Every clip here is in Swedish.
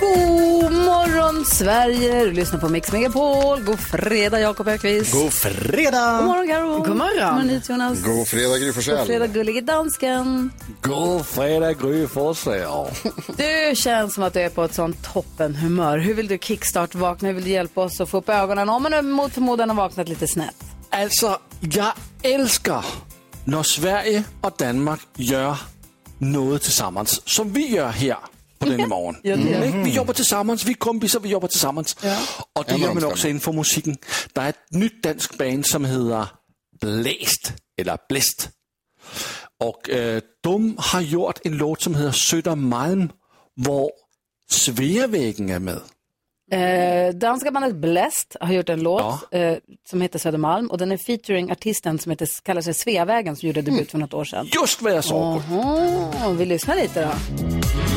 God morgon Sverige! Du lyssnar på Mix Megapol. God fredag Jakob Öqvist. God fredag! God morgon Karo. God morgon. God morgon hit, Jonas. God fredag Gry God fredag Forssell. gullige dansken. God fredag Gry Forssell. Du känns som att du är på ett sånt toppenhumör. Hur vill du kickstart vakna? Hur vill du hjälpa oss att få upp ögonen om man mot förmodan har vaknat lite snett? Alltså, jag älskar när Sverige och Danmark gör något tillsammans som vi gör här på denna morgon. Mhm. Vi jobbar tillsammans, vi är kompisar, vi jobbar tillsammans. Och det Ja, gör men man också stämmer. inför musiken. Det är ett nytt danskt band som heter Bläst, eller Bläst. Och eh, de har gjort en låt som heter Södermalm, där Sveavägen är med. Eh, danska bandet Blest har gjort en låt eh, som heter Södermalm och den är featuring artisten som heter, kallar sig Sveavägen som gjorde debut för något år sedan. Just vad jag sa. Jaha, vi lyssnar lite då.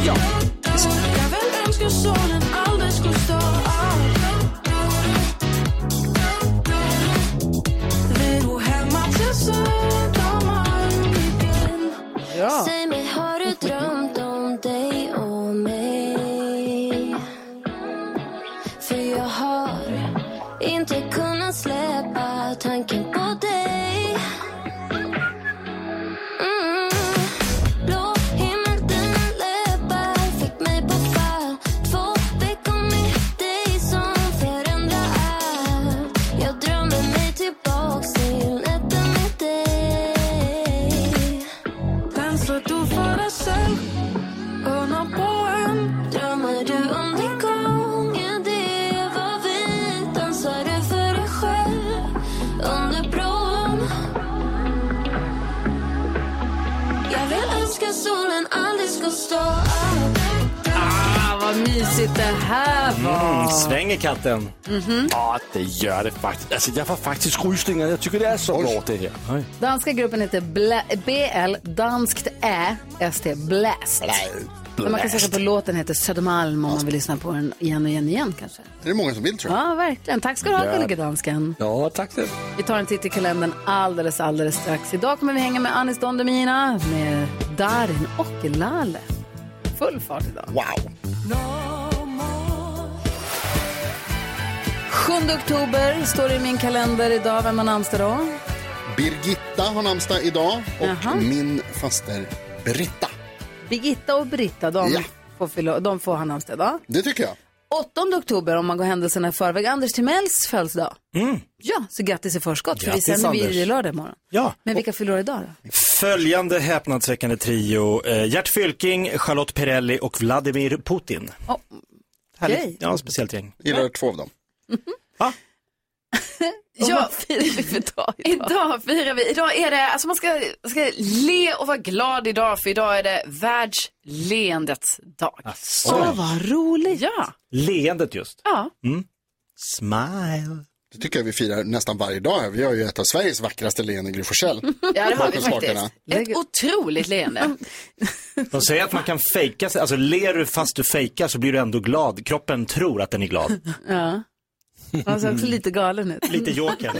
Jag vill önska solen aldrig skulle stå av Vi bor hemma till Södermalm igen Ja. Säg mig, har du drömt om dig och mig? För jag har inte kunnat släppa tanken på dig Mm. Blå himmel, dina läppar fick mig på fall Två veckor med dig som förändrar allt Jag drömmer mig tillbaks till nätter med dig Penslar du för dig själv? Öarna på en Drömmer du om den gången det var vi? Dansar du för dig själv under bron? Jag vill önska solen aldrig skulle stå av Ah, vad mysigt det här var. Mm, svänger katten. Mm. Ja, det gör det faktiskt. Alltså, jag får faktiskt rysningar. Jag tycker det är så bra det här. Danska gruppen heter Bla- BL, danskt Ä, ST, Blast. Men man kan söka på låten heter Södermalm om man vill lyssna på den igen och igen igen kanske. Det är många som vill tror jag. Ja, verkligen. Tack ska du ha, gullige dansken. Ja, tack det. Vi tar en titt i kalendern alldeles, alldeles strax. Idag kommer vi hänga med Anis Don Demina, med Darin och Lale. Full fart idag. Wow. 7 oktober står det i min kalender idag. Vem man namnsdag då? Birgitta har namnsdag idag och Jaha. min faster Britta. Birgitta och Britta, de, Ja. får, fylla, de får ha namnsdag idag. Det tycker jag. 8 oktober, om man går händelserna i förväg, Anders Timells födelsedag. Ja, så grattis i förskott, för Mm. Grattis, vi sänder vi Anders. ju lördag imorgon. Ja. Men vilka fyller år idag då? Följande häpnadsväckande trio. Eh, Gert Fylking, Charlotte Perrelli och Vladimir Putin. Oh, Härligt. okej. Ja, speciellt gäng. Gillar två av dem. Ja. Vad firar vi för dag idag? Idag firar vi, idag är det, alltså man ska, man ska le och vara glad idag för idag är det världsleendets dag. Åh, vad roligt! Ja, Leendet just. Mm. ja. Smile. Det tycker jag vi firar nästan varje dag. här. Vi har ju ett av Sveriges vackraste leenden, Gry Forssell. ja det har vi Bakom spakarna. faktiskt. Ett otroligt leende. De säger att man kan fejka sig. Alltså ler du fast du fejkar så blir du ändå glad. Kroppen tror att den är glad. Ja. Han ser också lite galen ut. Lite joker.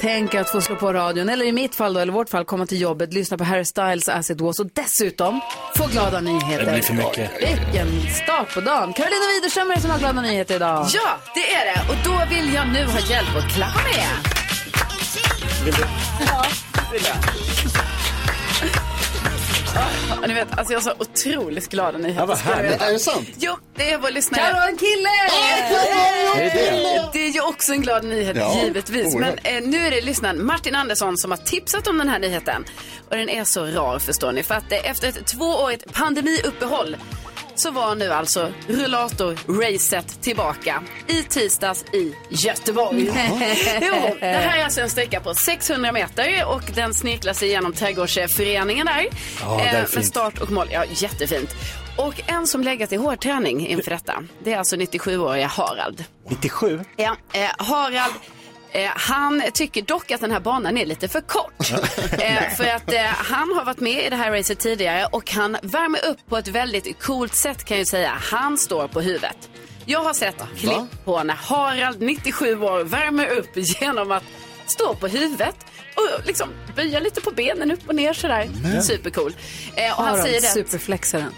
Tänk att få slå på radion, eller i mitt fall då, eller vårt fall, komma till jobbet, lyssna på Harry Styles As it was och dessutom få glada nyheter. Det blir för mycket. Vilken start på dagen! Karolina Widerström är det som har glada nyheter idag. Ja, det är det. Och då vill jag nu ha hjälp att klappa med. Ja, Och ni vet, alltså jag har så otroligt glada Ja, nyheter. vad härligt. Är det sant? Jo, det är vår lyssnare. Karo en kille! Är det det? Det är ju också en glad nyhet, Ja, givetvis. Men oerhört. eh, nu är det lyssnaren Martin Andersson som har tipsat om den här nyheten. Och den är så rar, förstår ni. För att eh, efter ett tvåårigt pandemiuppehåll så var nu alltså rullator-racet tillbaka i tisdags i Göteborg. jo, det här är alltså en sträcka på 600 meter och den snirklar sig genom trädgårdsföreningen där. Eh, Ja, det är med fint. start och mål. Ja, jättefint. Och en som legat i hårdträning inför detta, det är alltså 97-åriga Harald. 97? Ja, eh, Harald, eh, han tycker dock att den här banan är lite för kort. eh, för att eh, han har varit med i det här racet tidigare och han värmer upp på ett väldigt coolt sätt kan jag ju säga. Han står på huvudet. Jag har sett klipp på när Harald, 97 år, värmer upp genom att stå på huvudet och liksom böja lite på benen upp och ner sådär. Supercool. Eh, och han Harald, säger det. att- superflexaren.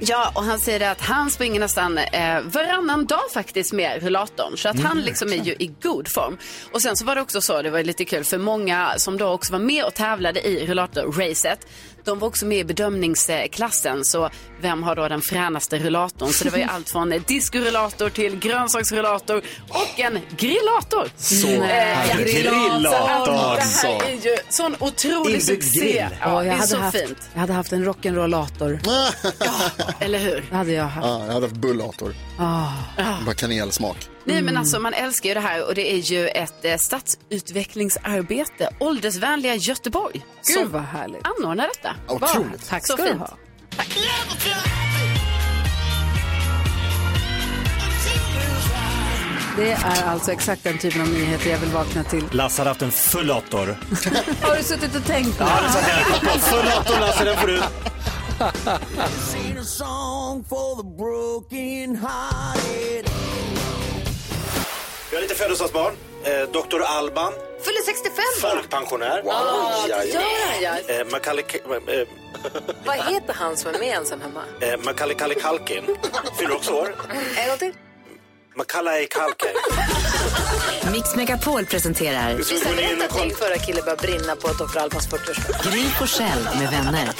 Ja, och han säger det att han springer nästan eh, varannan dag faktiskt med rullatorn. Så att han liksom är ju i god form. Och sen så var det också så, det var lite kul, för många som då också var med och tävlade i rullatorracet, de var också med i bedömningsklassen. Så vem har då den fränaste rullatorn? Så det var ju allt från diskorullator till grönsaksrullator och en grillator. Så härligt. Alltså, Det Grillator, här är ju sån otrolig Inbyggd succé. grill. Ja, Åh, det jag, är hade så haft, fint. jag hade haft en rock'n'rollator. Ah. Eller hur? Det hade jag haft. Ja, jag hade haft bullator. Bara kanelsmak. Nej men alltså man älskar ju det här och det är ju ett eh, stadsutvecklingsarbete, åldersvänliga Göteborg, Gud som vad härligt. anordnar detta. Otroligt. Tack Så ska du fint. ha. Det är alltså exakt den typen av nyheter jag vill vakna till. Lasse hade haft en fullator. Har du suttit och tänkt nu? Ja, det satt jag här och kollade på. Fullator Lasse, den får du. Vi har lite födelsedagsbarn. Eh, Dr. Alban, Fyller 65 år! folkpensionär. Wow. Ja, Eh, Macaulay, eh, Vad heter han som är med ensam hemma? eh, Macaulay Culkin- Culkin fyller också år. En gång till. Macaulay Culkin. Mix Megapol presenterar Vi ska gå in och kolla. förra killen började brinna på Dr. Albans 40-årsdag. Gry Forssell med vänner.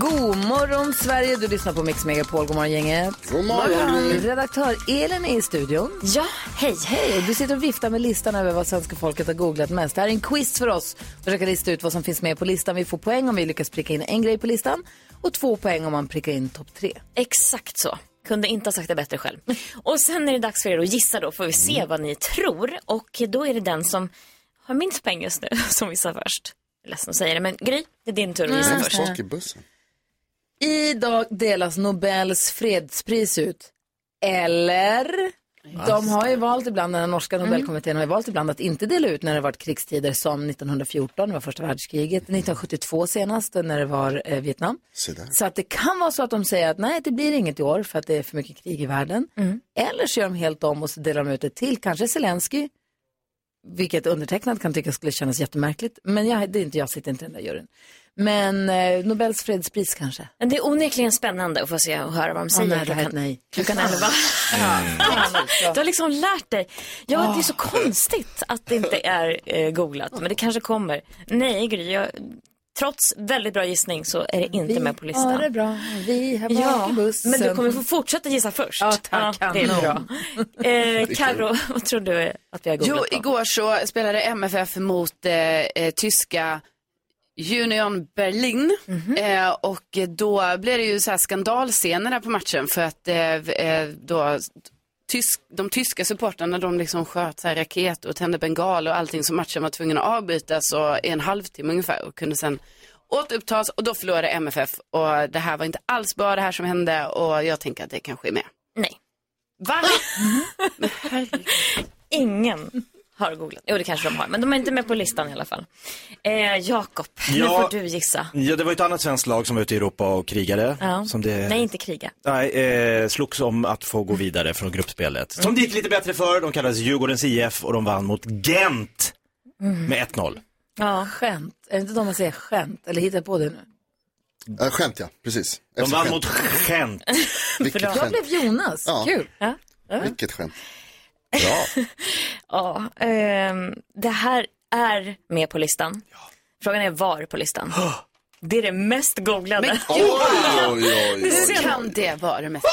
God morgon Sverige, du lyssnar på Mix Megapol. God morgon gänget. God morgon. Redaktör Elin är i studion. Ja, hej, hej. Och Du sitter och viftar med listan över vad svenska folket har googlat mest. Det här är en quiz för oss. Försöka lista ut vad som finns med på listan. Vi får poäng om vi lyckas pricka in en grej på listan och två poäng om man prickar in topp tre. Exakt så. Kunde inte ha sagt det bättre själv. Och sen är det dags för er att gissa då, får vi Mm. se vad ni tror. Och då är det den som har minst pengar just nu som gissar först. Jag är Ledsen att säga det, men Gry, det är din tur att gissa först. Folk i bussen. Idag delas Nobels fredspris ut. Eller? De har ju valt ibland, den här norska Nobelkommittén har ju valt ibland att inte dela ut när det varit krigstider som 1914, det var första världskriget, 1972 senast när det var eh, Vietnam. Se där. Så att det kan vara så att de säger att nej, det blir inget i år för att det är för mycket krig i världen. Mm. Eller så gör de helt om och så delar de ut det till kanske Zelensky, vilket undertecknad kan tycka skulle kännas jättemärkligt. Men jag, det är inte, jag sitter inte i den där juryn. Men eh, Nobels fredspris kanske? Men det är onekligen spännande att få se och höra vad de Åh, säger nej, det här är ett klockan, nej. klockan 11. Du har liksom lärt dig. Ja, det är så konstigt att det inte är eh, googlat, men det kanske kommer. Nej, Gry, jag, trots väldigt bra gissning så är det inte med på listan. Ja, det är bra. Vi har bak Ja, i bussen. men du kommer få fortsätta gissa först. Ja, tack. det är bra. Kanon. Eh, Carro, vad tror du att vi har Jo, googlat på? igår så spelade MFF mot eh, eh, tyska Union Berlin Mhm. eh, och då blev det ju så här skandalscener där på matchen för att eh, eh, då tysk, de tyska supportrarna de liksom sköt så här raket och tände bengal och allting så matchen var tvungen att avbrytas och i en halvtimme ungefär och kunde sen återupptas och då förlorade MFF och det här var inte alls bra det här som hände och jag tänker att det kanske är med. Nej, Mm. Va? Men herregud. ingen har googlat. Jo, det kanske de har, men de är inte med på listan i alla fall. Eh, Jakob, nu Ja. får du gissa. Ja, det var ju ett annat svenskt lag som var ute i Europa och krigade. Ja. Som Eh. det... Nej, inte kriga. Nej, eh, slogs om att få gå vidare från gruppspelet. Som det gick lite bättre för. De kallades Djurgårdens IF och de vann mot Gent med 1-0. Ja. Mm. Skämt. Är det inte de man säger skämt? Eller hittar jag på det nu? Äh, skämt ja, precis. De Efter vann skämt. mot Gent. Vilket Jag skämt. blev Jonas. Ja. Kul. Vilket skämt. Ja, ehm, det här är med på listan. Frågan är var på listan. Det är det mest googlade. Oj, oj, oj. oj. Hur kan det vara det mest?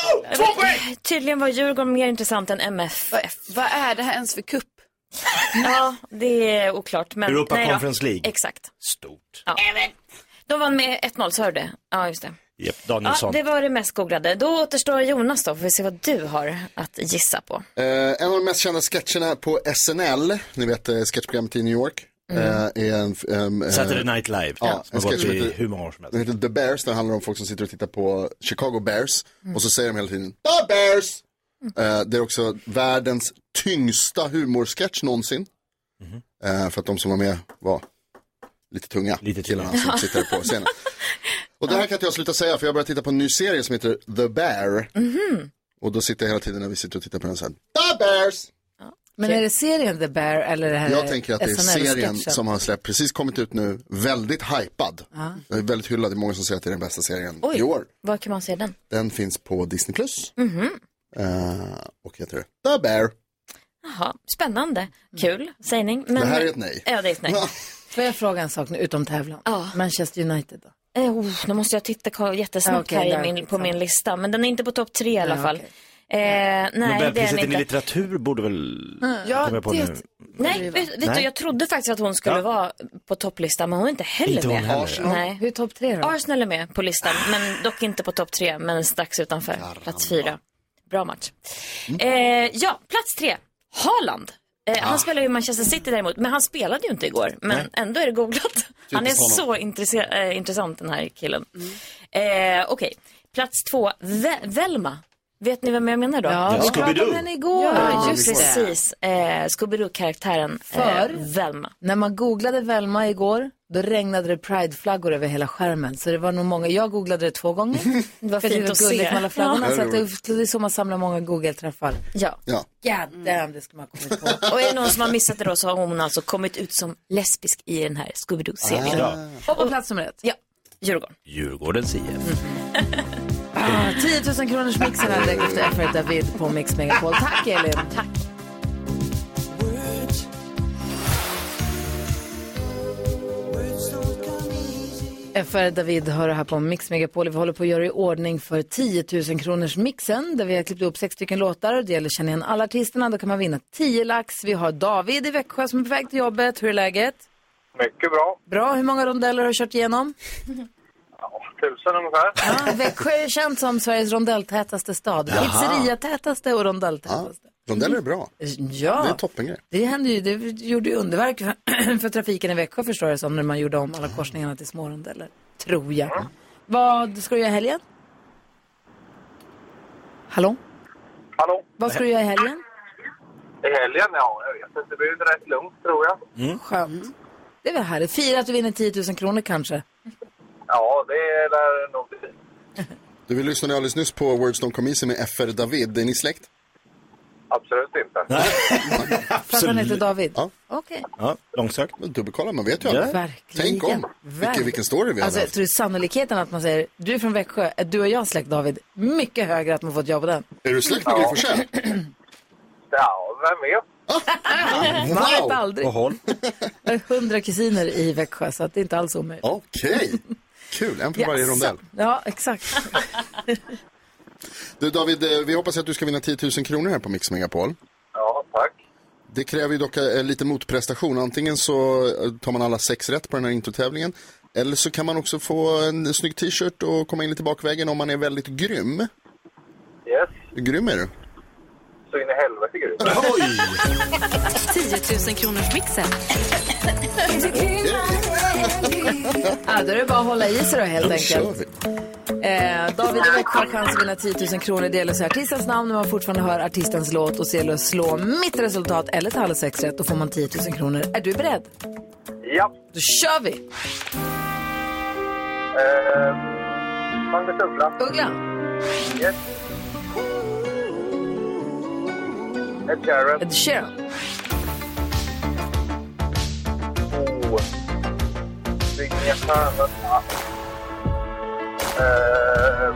Tydligen var Djurgården mer intressant än MFF. Vad är det här ens för kupp? Ja, det är oklart. Men, Europa nej då. Conference League. Exakt. Stort. De vann med 1-0, sa du det? Ja, just det. Japp, Ja, Danielsson. det var det mest googlade. Då återstår Jonas då, får vi se vad du har att gissa på. Eh, en av de mest kända sketcherna på SNL, ni vet eh, sketchprogrammet i New York. Eh, är en, ehm, eh, Saturday Night Live. Ja, som har en gått sketch i heter- hur många år som helst. Den heter The Bears, den handlar om folk som sitter och tittar på Chicago Bears. Och så säger de hela tiden The Bears! Eh, det är också världens tyngsta humorsketch någonsin. Eh, för att de som var med var lite tunga. Lite killarna som sitter på scenen. Och det här kan inte jag sluta säga för jag börjar titta på en ny serie som heter The Bear. Och då sitter jag hela tiden när vi sitter och tittar på den så här. The Bears! Men är det serien The Bear eller det här Jag tänker att det är SNL-sketchen? serien som har släppt, precis kommit ut nu, väldigt hypad. Den är Väldigt hyllad, det är många som säger att det är den bästa serien i år. Var kan man se den? Mhm. Den finns på Disney+. Plus Eh, och heter The Bear. Jaha, spännande. Kul sägning. Men... Det här är ett nej. Ja, det är ett nej. Får jag fråga en sak nu, utom tävlan? Manchester United då? Eh, oh, nu måste jag titta ko- jättesnabbt Ja, okej, här där, i min, på samma. min lista. Men den är inte på topp tre i alla Ja, fall. okej. Eh, nej, det är den Nobelpriset i inte. Mm. litteratur borde väl... Ja, Kommer jag på det- nu. Nej, vet, vet du, Nej. jag trodde faktiskt att hon skulle Ja. vara på topplistan, men hon är inte heller Inte hon med. heller. Arsenal. Nej. Hur är topp tre då? Arsenal är med på listan, men dock inte på topp tre, men strax utanför. Plats fyra. Bra match. Mm. Eh, ja, plats tre. Haaland. Eh, Ah. Han spelar ju i Manchester City däremot, men han spelade ju inte igår. Men ändå är det googlat. Han är honom. så intresse- eh, intressant den här killen. Mm. Eh, Okej, plats två. Ve- Velma. Vet ni vem jag menar då? Ja, vi pratade om Scooby-Doo. den igår. Ja, just det. precis. Eh, Scooby-Doo-karaktären eh, För? Velma. När man googlade Velma igår, då regnade det prideflaggor över hela skärmen. Så det var nog många, jag googlade det två gånger. Det var fint att gulligt se. med alla flaggorna. Ja. Så att det, det är så man samlar många Google-träffar. Ja. Ja. God damn, det skulle man ha kommit på. Och är det någon som har missat det då så har hon alltså kommit ut som lesbisk i den här Scooby-Doo-serien. Ah, Ja, Och på plats nummer ett. Ja, Djurgården. Djurgårdens IF. Ah, 10 000 kronors mixen här direkt efter F1 David på Mix Megapol. Tack Elin. Tack. FR David hör det här på Mix Megapol. Vi håller på att göra i ordning för 10 000 kronors mixen där vi har klippt upp sex stycken låtar. Det gäller att känna igen alla artisterna. Då kan man vinna 10 lax. Vi har David i Växjö som är på väg till jobbet. Hur är läget? Mycket bra. Bra. Hur många rondeller har du kört igenom? Tusen ungefär. Ja, Växjö är känt som Sveriges rondelltätaste stad. Pizzeriatätaste och ja. rondelltätaste. Rondell är bra. Det är Mm. Ja, en toppengrej. det hände ju. Det gjorde ju underverk för, för trafiken i Växjö förstår jag som när man gjorde om alla korsningarna till små rondeller. Tror jag. Vad ska du göra i helgen? Hallå? Hallå? Vad ska du göra i helgen? I helgen? Ja, jag vet inte. Det blir rätt lugnt tror jag. Mm. Skönt. Det är väl härligt. Fira att du vinner 10 000 kronor kanske. Ja, det är nog bli. Du, vi lyssnade alldeles nyss på Words Don't Come Easy med FR David. Är ni släkt? Absolut inte. För att han heter David. Ja. Okej. Ja, långsökt. Men Dubbelkolla, man vet ju aldrig. Verkligen. Tänk om. Vilken, vilken story vi Alltså, hade jag haft. tror sannolikheten att man säger du är från Växjö, är du och jag släkt David? Mycket högre att man får ett ja på den. Är du släkt med Gry Forssell? Ah. Ja, vem vet? Man vet Wow! aldrig. Och håll. Jag har hundra kusiner i Växjö så att det är inte alls omöjligt. Okej. Kul, en för varje rondell. Ja, exakt. Du David, eh, vi hoppas att du ska vinna 10 000 kronor här på Mix Megapol. Ja, tack. Det kräver ju dock eh, lite motprestation. Antingen så eh, tar man alla sex rätt på den här introtävlingen. Eller så kan man också få en snygg t-shirt och komma in lite bakvägen om man är väldigt grym. Yes. Hur grym är du? Så in i helvete grymt. 10 000 kronors mixen. Ja, då är det bara att hålla i sig då helt Kör enkelt. vi. Eh, David i Växjö har chans att vinna 10 000 kronor. Det gäller så här, artistens namn när man fortfarande hör artistens låt och så gäller det att slå mitt resultat eller ta alla sex rätt. Då får man 10 000 kronor. Är du beredd? Ja. Då kör vi! Eh, Magnus Uggla. Uggla, Yes. Ed Sheeran. Ed Sheeran, Oh. Signia Stjärnlöf. Eh,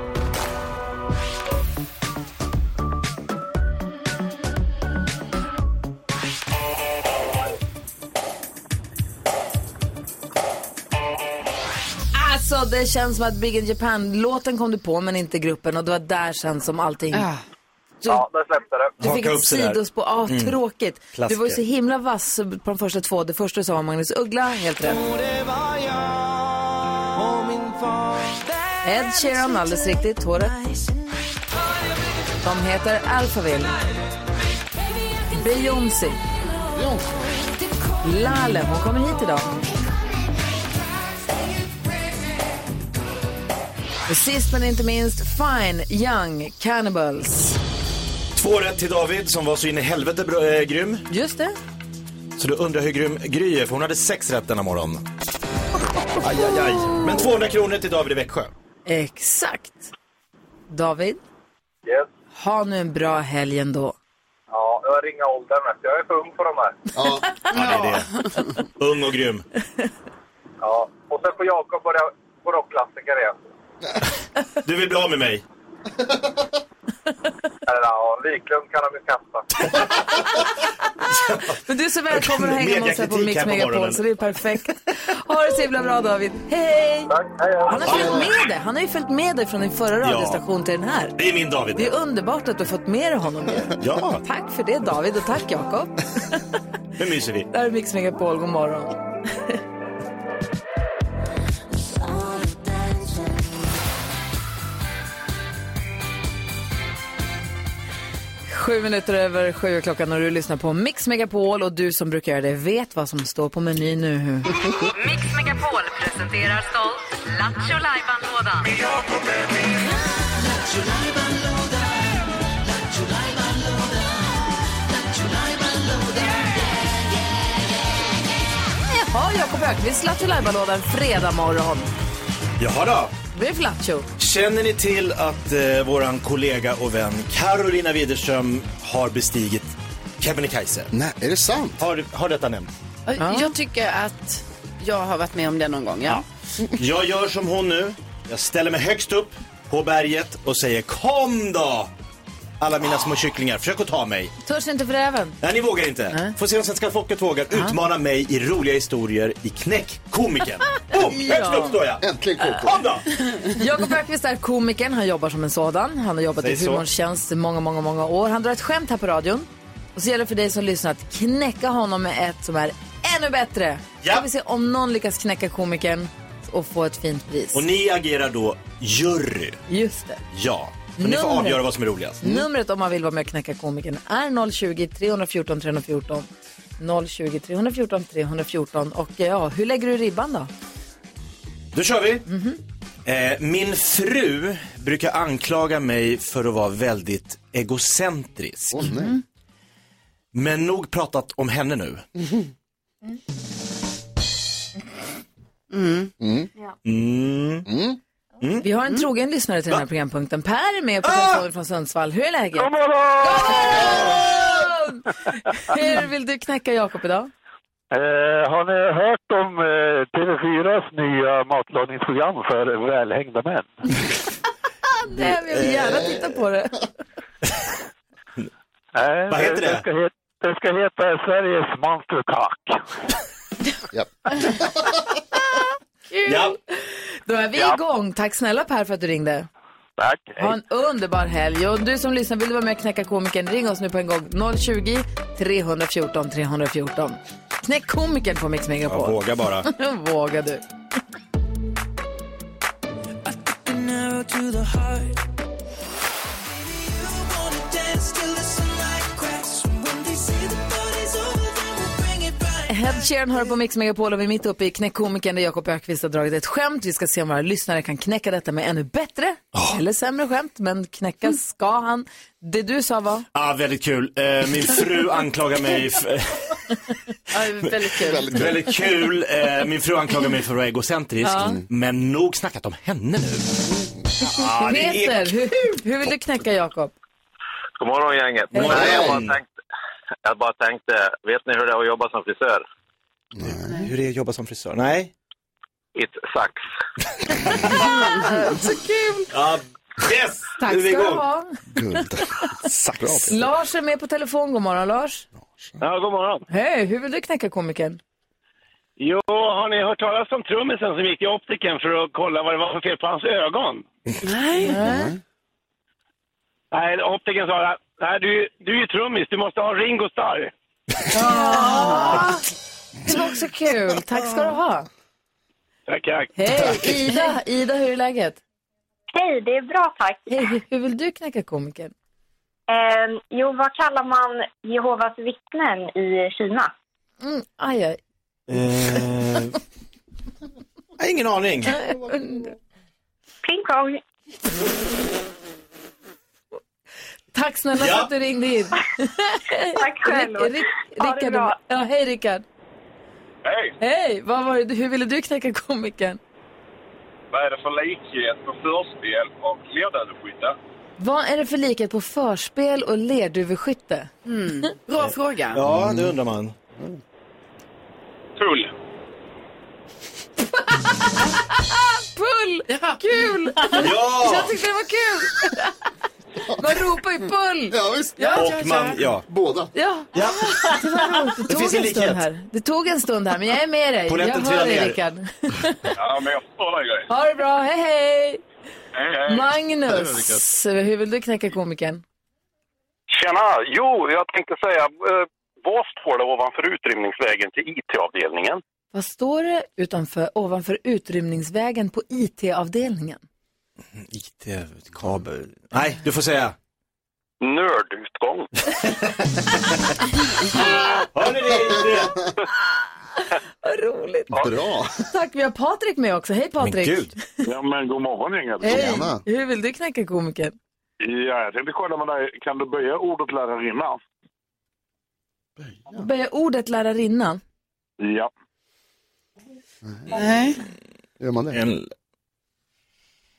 Alltså det känns som att Big in Japan-låten kom du på men inte gruppen och det var där sen som allting... Ja, där släppte det. Du fick Haka ett upp sig där. Mm. sidospår. Ah, tråkigt. Du var ju Klassiker. så himla vass på de första två. Det första du sa var Magnus Uggla, helt rätt. Och det var jag och min far. Ed Sheeran, alldeles riktigt, håret. De heter Alphaville. Beyoncé. Lale, hon kommer hit idag. Och sist men inte minst, Fine Young Cannibals. Två rätt till David som var så in i helvete bra, eh, grym. Just det. Så du undrar hur grym Gry är, för hon hade sex rätt denna morgon. Aj, aj, aj. Men 200 kronor till David i Växjö. Exakt. David? Ha nu en bra helg ändå. Ja, jag har ringa åldern. vet du. Jag är för ung för de här. Ja, det är det. Ung och grym. Ja. Och sen får Jakob börja på rockklassiker igen. Du vill bli av med mig. Eller ja, Wiklund kan de ju kasta. Men du är så välkommen att hänga med oss här på Mix Mediakritik här på Megapol, morgonen. så det är perfekt. Ha det så himla bra David. Hej! Tack, hej, hej. Han har följt med dig. Han har ju följt med dig från din förra Ja. radiostation till den här. Det är min David. Det är underbart att du har fått med dig honom. ju. Ja, Tack för det David och tack Jakob. nu myser vi. Det här är Mix Megapol, god morgon. Sju minuter över sju är klockan och du lyssnar på Mix Megapol och du som brukar göra det vet vad som står på menyn nu. Mix Megapol presenterar stolt Lattjo Lajban-lådan. Jaha, Jakob Högqvist, Lattjo Lajban-lådan fredag morgon. Jaha då. Det blir flattjo. Känner ni till att eh, våran kollega och vän Carolina Widerström har bestigit Kebnekaise? Nej, är det sant? Har, har detta nämnts? Jag tycker att jag har varit med om det någon gång. Ja. Jag gör som hon nu. Jag ställer mig högst upp på berget och säger kom då! Alla mina små kycklingar, försök att ta mig. Törs inte för även. Nej, ni vågar inte. Får se om svenska folket vågar utmana mig i roliga historier i Knäck komikern. Boom! Högst upp står jag. Äntligen koko. Kom då! Jakob Högqvist är komikern, han jobbar som en sådan. Han har jobbat Säg i så. humorns tjänst i många, många, många år. Han drar ett skämt här på radion. Och så gäller det för dig som lyssnar att knäcka honom med ett som är ännu bättre. Ja. Ska vi se om någon lyckas knäcka komikern och få ett fint pris. Och ni agerar då jury. Just det. Ja. Men ni får Numret. avgöra vad som är roligast. Numret om man vill vara med och knäcka komikern är 020 314 314. 020 314 314. Och ja, hur lägger du ribban då? Då kör vi. Mhm. Eh, min fru brukar anklaga mig för att vara väldigt egocentrisk. Mhm. Åh, nej. Men nog pratat om henne nu. Mm. Ah! Vi har en trogen lyssnare till den här programpunkten. Per är med på telefon från Sundsvall. Hur är läget? God morgon! Hur vill du knäcka Jakob idag? Eh, har ni hört om eh, TV4s nya matlagningsprogram för välhängda män? Nej, men jag vill gärna titta på det. Nej, Vad heter det? ska heta, det ska heta Sveriges Monsterkock. Ja. Ja. Då är vi igång. Tack snälla Per för att du ringde. Tack. Ha en underbar helg. Och du som lyssnar, vill du vara med och knäcka komikern? Ring oss nu på en gång. 020 314 314. Knäck komikern på Mix Jag Megapol. vågar bara. Vågar du. Ed Sheeran hör på Mix Megapol och vi är mitt uppe i Knäck komikern där Jakob Ökvist har dragit ett skämt. Vi ska se om våra lyssnare kan knäcka detta med ännu bättre eller sämre skämt. Men Mm. knäcka ska han. Det du sa var? Ah, väldigt kul. Eh, min fru anklagar mig för... Ja, det är väldigt kul. Väldigt bra. Väldigt kul. Eh, min fru anklagar mig för att vara egocentrisk. Men nog snackat om henne nu. Ah, Ja, det är- Peter, hur, hur vill du knäcka Jakob? God morgon gänget. God morgon. Nej, jag, bara tänkte, jag bara tänkte, vet ni hur det är att jobba som frisör? Hur är det att jobba som frisör? Nej. It sucks. Ah, yes! Tack Nu är vi ska du igång. ha. Guld. Bra. Lars är med på telefon. God morgon Lars. Ja, god morgon. Hej, hur vill du knäcka komikern? Jo, har ni hört talas om trummisen som gick i optiken för att kolla vad det var för fel på hans ögon? Nej. Nej, optiken sa nej du, du är ju trummis, du måste ha Ringo Starr. Ah. Det var också kul. Tack ska du ha. Tack, tack. Hej, Ida. Ida, hur är läget? Hej, det är bra tack. Hej, hur vill du knäcka komikern? Eh, jo, vad kallar man Jehovas vittnen i Kina? Mm, aj, aj. Eh, jag har ingen aning. Pling pong. Tack snälla Ja. för att du ringde in. Tack själv. Ha det Rickard, bra. ja, hej Rickard. Hej! Hej, vad var det, hur ville du knäcka komikern? Vad är det för likhet på förspel och lerduveskytte? Vad är det för likhet på förspel och lerduveskytte? Hmm. Bra fråga. Ja, det undrar man. Pull. Pull! Kul! Ja! Jag tyckte det var kul! Man ropar ju pull! Ja, visst. Och man, ja. Båda. Ja, Ja. det var roligt. Det Det tog finns en en stund likhet. här. Det tog en stund här, men jag är med dig. Jag Poletten hör trillar dig, ner. Rickard. Ja, men jag förstår dig, Gry. Ha det bra, hej hej! Hej, hej. Magnus, hur vill du knäcka komikern? Tjena! Jo, jag tänkte säga, eh, vad står det ovanför utrymningsvägen till IT-avdelningen? Vad står det utanför, ovanför utrymningsvägen på IT-avdelningen? IT-kabel. Nej, du får säga. Nördutgång. Hör ni det? Vad roligt! Bra! Tack, vi har Patrik med också. Hej Patrik! Ja, men god morgon, Inga. Hej! Hur vill du knäcka komikern? Ja, jag tänkte kolla med dig, kan du böja ordet lärarinna? Börja ordet lärarinna. Ja. Nej. Gör man det?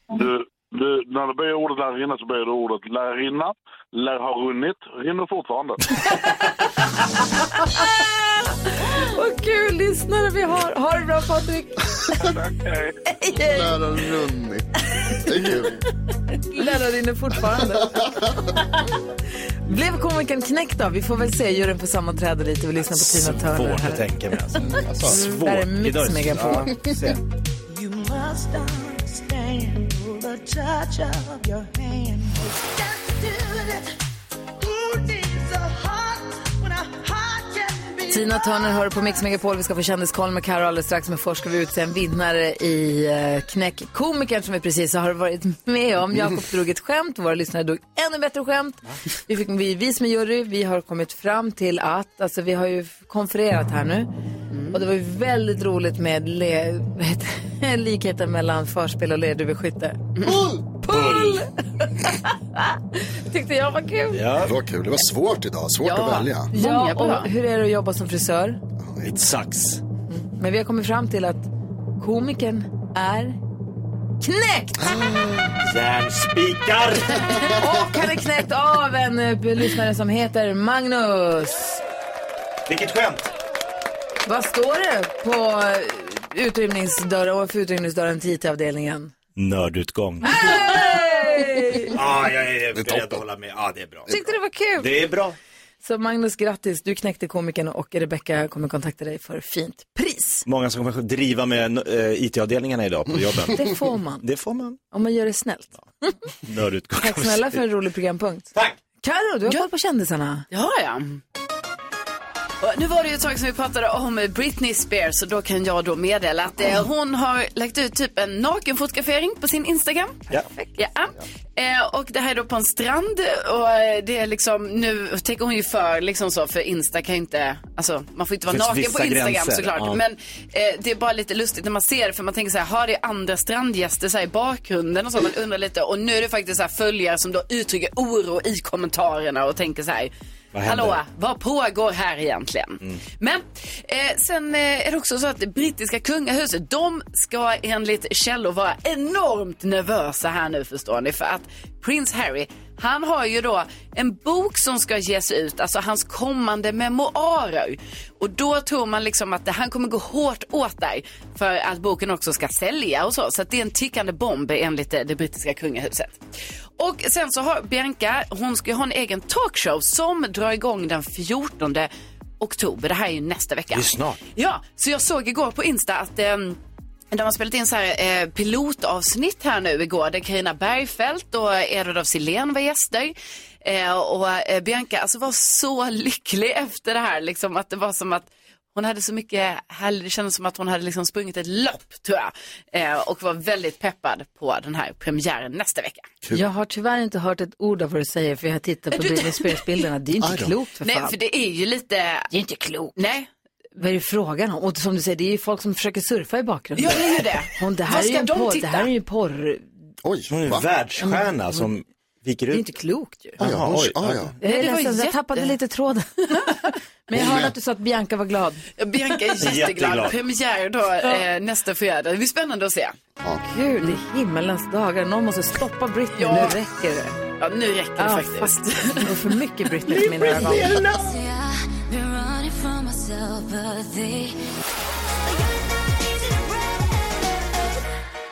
Du, du, när du böjer ordet lärarinna så böjer du ordet lärarinna, lär ha runnit, rinner fortfarande. Vad kul lyssnare vi har! Ha det bra Patrik! Hej, hej. Lärarrunnig. Det är kul. Lärarinne fortfarande. Blev komikern knäckt då? Vi får väl se. Juryn får sammanträda lite. Vi lyssnar på Tina Turner. Svårt här. att tänka mig alltså. Alltså, Svårt. det här är Mix Idag så- Megapol. Ja, se. You must understand the touch of your hand. Tina Turner hör på Mix Megapol. Vi ska få Kändiskoll med Carro alldeles strax. Men först ska vi utse en vinnare i eh, Knäck komikern som vi precis har varit med om. Jakob drog ett skämt och våra lyssnare drog ännu bättre skämt. Vi, fick, vi, vi som är jury, vi har kommit fram till att, alltså vi har ju konfererat här nu. Och det var ju väldigt roligt med le, vad heter det? likheten mellan förspel och lerduveskytte. Pull! Pull! Tyckte jag var kul. Det var kul. Det var svårt idag. Svårt Ja. att välja. Ja, och hur är det att jobba som frisör? It sucks. Men vi har kommit fram till att komikern är knäckt! Järnspikar! Och han är knäckt av en eh, lyssnare som heter Magnus. Vilket skämt! Vad står det på eh, utrymningsdörren, ovanför utrymningsdörren till IT-avdelningen? Nördutgång. Hey! Ja, Ah, jag är beredd att hålla med. Ja, det är bra. Tyckte det var kul? Det är bra. Så Magnus, grattis. Du knäckte komikern och Rebecka kommer kontakta dig för fint pris. Många som kommer driva med eh, IT-avdelningarna idag på jobben. Det får man. Det får man. Om man gör det snällt. Nördutgång. Tack snälla för en rolig programpunkt. Tack! Karo, du har koll på kändisarna. Det har jag. Och nu var det ju ett tag som vi pratade om Britney Spears och då kan jag då meddela att eh, hon har lagt ut typ en nakenfotografering på sin Instagram. Ja. Ja. Eh, och det här är då på en strand och eh, det är liksom nu tänker hon ju för liksom så för Insta kan ju inte, alltså man får inte vara Det finns naken på vissa Instagram gränser, såklart. ja. Men eh, det är bara lite lustigt när man ser det för man tänker så här, har det andra strandgäster så här i bakgrunden och så man undrar lite och nu är det faktiskt så här följare som då uttrycker oro i kommentarerna och tänker så här, Vad händer? hallå, vad pågår här egentligen? Men eh, sen eh, är det också så att det brittiska kungahuset, de ska enligt källor vara enormt nervösa här nu förstår ni. För att prins Harry, han har ju då en bok som ska ges ut, alltså hans kommande memoarer. Och då tror man liksom att det, han kommer gå hårt åt där för att boken också ska sälja och så. Så att det är en tickande bomb enligt eh, det brittiska kungahuset. Och sen så har Bianca, hon ska ju ha en egen talkshow som drar igång den 14 oktober. Det här är ju nästa vecka. Det är snart. Ja, så jag såg igår på Insta att ehm, de har spelat in så här, eh, pilotavsnitt här nu igår där Carina Bergfeldt och Edward af Sillén var gäster. Eh, och eh, Bianca alltså, var så lycklig efter det här, liksom, att det var som att Hon hade så mycket, härlig- det kändes som att hon hade liksom sprungit ett lopp tror jag. Eh, och var väldigt peppad på den här premiären nästa vecka. Jag har tyvärr inte hört ett ord av vad du säger för jag har tittat på du- Britney Spears-bilderna. Det är Aj inte då. klokt för Nej, fan. för det är ju lite... Det är inte klokt. Nej. Vad är det frågan om? Och som du säger, det är ju folk som försöker surfa i bakgrunden. Ja, det är ju det. Hon, det här Vad är ska ju en de porr, det titta? här är ju en porr... Oj, Hon är va? en världsstjärna som viker ut. Det är inte klokt ju. Eh, Jaha, hon- oj. ah, ja. Jag, är det var ledsen, jag jätte- tappade lite tråden. Men jag hörde att du sa att Bianca var glad. Bianca är jätteglad. Jätteglad. Premiär då eh, nästa fredag. Det blir spännande att se. Kul i himmelens dagar. Någon måste stoppa Britney. Ja. Nu räcker det. Ja, nu räcker det Ja, faktiskt. faktiskt. Det var för mycket Britney för mina ögon.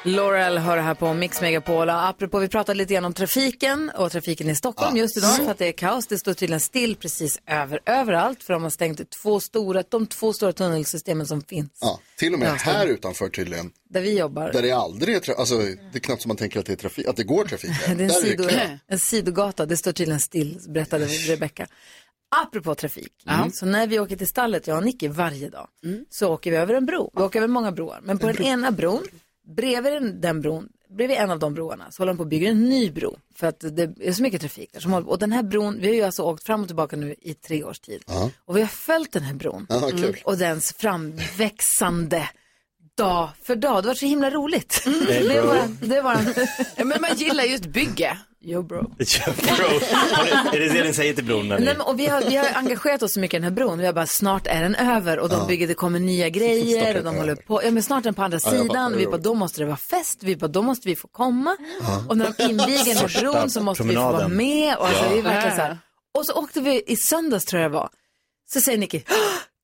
Laurel hör här på Mix Megapol. Och Apropå, vi pratade lite grann om trafiken och trafiken i Stockholm Ja. just idag Mm. för att det är kaos. Det står tydligen still precis över, överallt för de har stängt två stora, de två stora tunnelsystemen som finns Ja, till och Ja, med så- här utanför tydligen. där vi jobbar. Där det aldrig är trafik, alltså det är knappt som man tänker att det, är trafik, att det går trafik. där. Det är en, Där är sido, kö. en sidogata, det står tydligen still, berättade Rebecka. Apropå trafik, Mm. så när vi åker till stallet, jag och Nicky varje dag, så åker vi över en bro. Vi åker över många broar, men på den ena bron, bredvid den, den bron, bredvid en av de broarna, så håller de på och bygger en ny bro. För att det är så mycket trafik där. som håller- Och den här bron, vi har ju alltså åkt fram och tillbaka nu i tre års tid. Och vi har följt den här bron Mm. Ja, kul. och dens framväxande dag för dag. Det var så himla roligt. Mm. Det är Det bra. var, det var, men man gillar just bygge. Jo bro. Bro. Har ni- Är det det ni säger till bron? när ni- Nej, men, och vi, har, vi har engagerat oss så mycket i den här bron. Vi har bara, snart är den över och de Ja. bygger, det kommer nya Snart är grejer och den de över. håller på. Ja, men snart är den på andra Ja, jag sidan fattar, och vi det är bara, då måste det vara fest. Vi bara, då måste vi få komma. Ja. Och när de inviger den här Första bron så måste vi få vara promenaden. med. Och, alltså, Ja. vi är verkligen så här. Ja. och så åkte vi i söndags tror jag det var. Så säger Nicky, "Hå!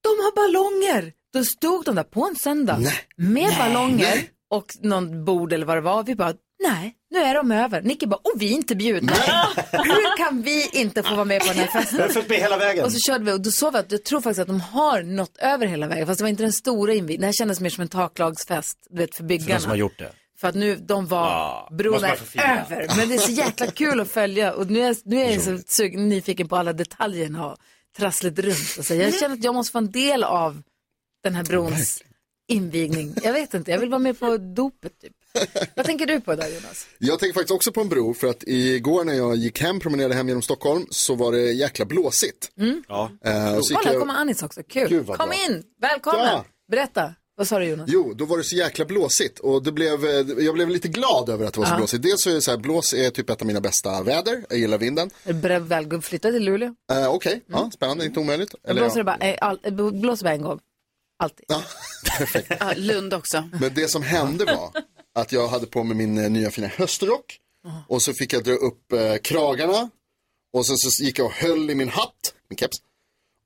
de har ballonger. Då stod de där på en söndag med ballonger Nej. och någon bord eller vad det var. Vi bara, nej, nu är de över. Nicky bara, och vi är inte bjudna. Hur kan vi inte få vara med på den här festen? Jag har följt med hela vägen. Och så körde vi och då såg vi att jag tror faktiskt att de har nått över hela vägen. Fast det var inte den stora invigningen. Det här kändes mer som en taklagsfest, du vet, för För de byggarna. som har gjort det. För att nu, de var, bron måste man är förfina. över. Men det är så jäkla kul att följa och nu är, nu är jag så sugen, nyfiken på alla detaljerna och trasslet runt. Och så. Jag känner att jag måste vara en del av den här brons invigning. Jag vet inte, jag vill vara med på dopet typ. Vad tänker du på idag Jonas? Jag tänker faktiskt också på en bro för att igår när jag gick hem, promenerade hem genom Stockholm så var det jäkla blåsigt. Mm. Ja. Eh, så gick Kolla, jag- här kommer Anis också. Kul. Gud, Kom vad bra. in, välkommen. Ja. Berätta, vad sa du Jonas? Jo, då var det så jäkla blåsigt och det blev, eh, jag blev lite glad över att det var så Ja. blåsigt. Dels så är det så här, blås är typ ett av mina bästa väder, jag gillar vinden. Är du beredd väl flytta till Luleå? Eh, Okej, ja, spännande, inte omöjligt. Eller, Mm. Blåser det ja. bara, eh, all, eh, blåser bara en gång? Alltid. Perfekt. Lund också. Men det som hände var att jag hade på mig min eh, nya fina höstrock och så fick jag dra upp eh, kragarna och sen så gick jag och höll i min hatt, min keps.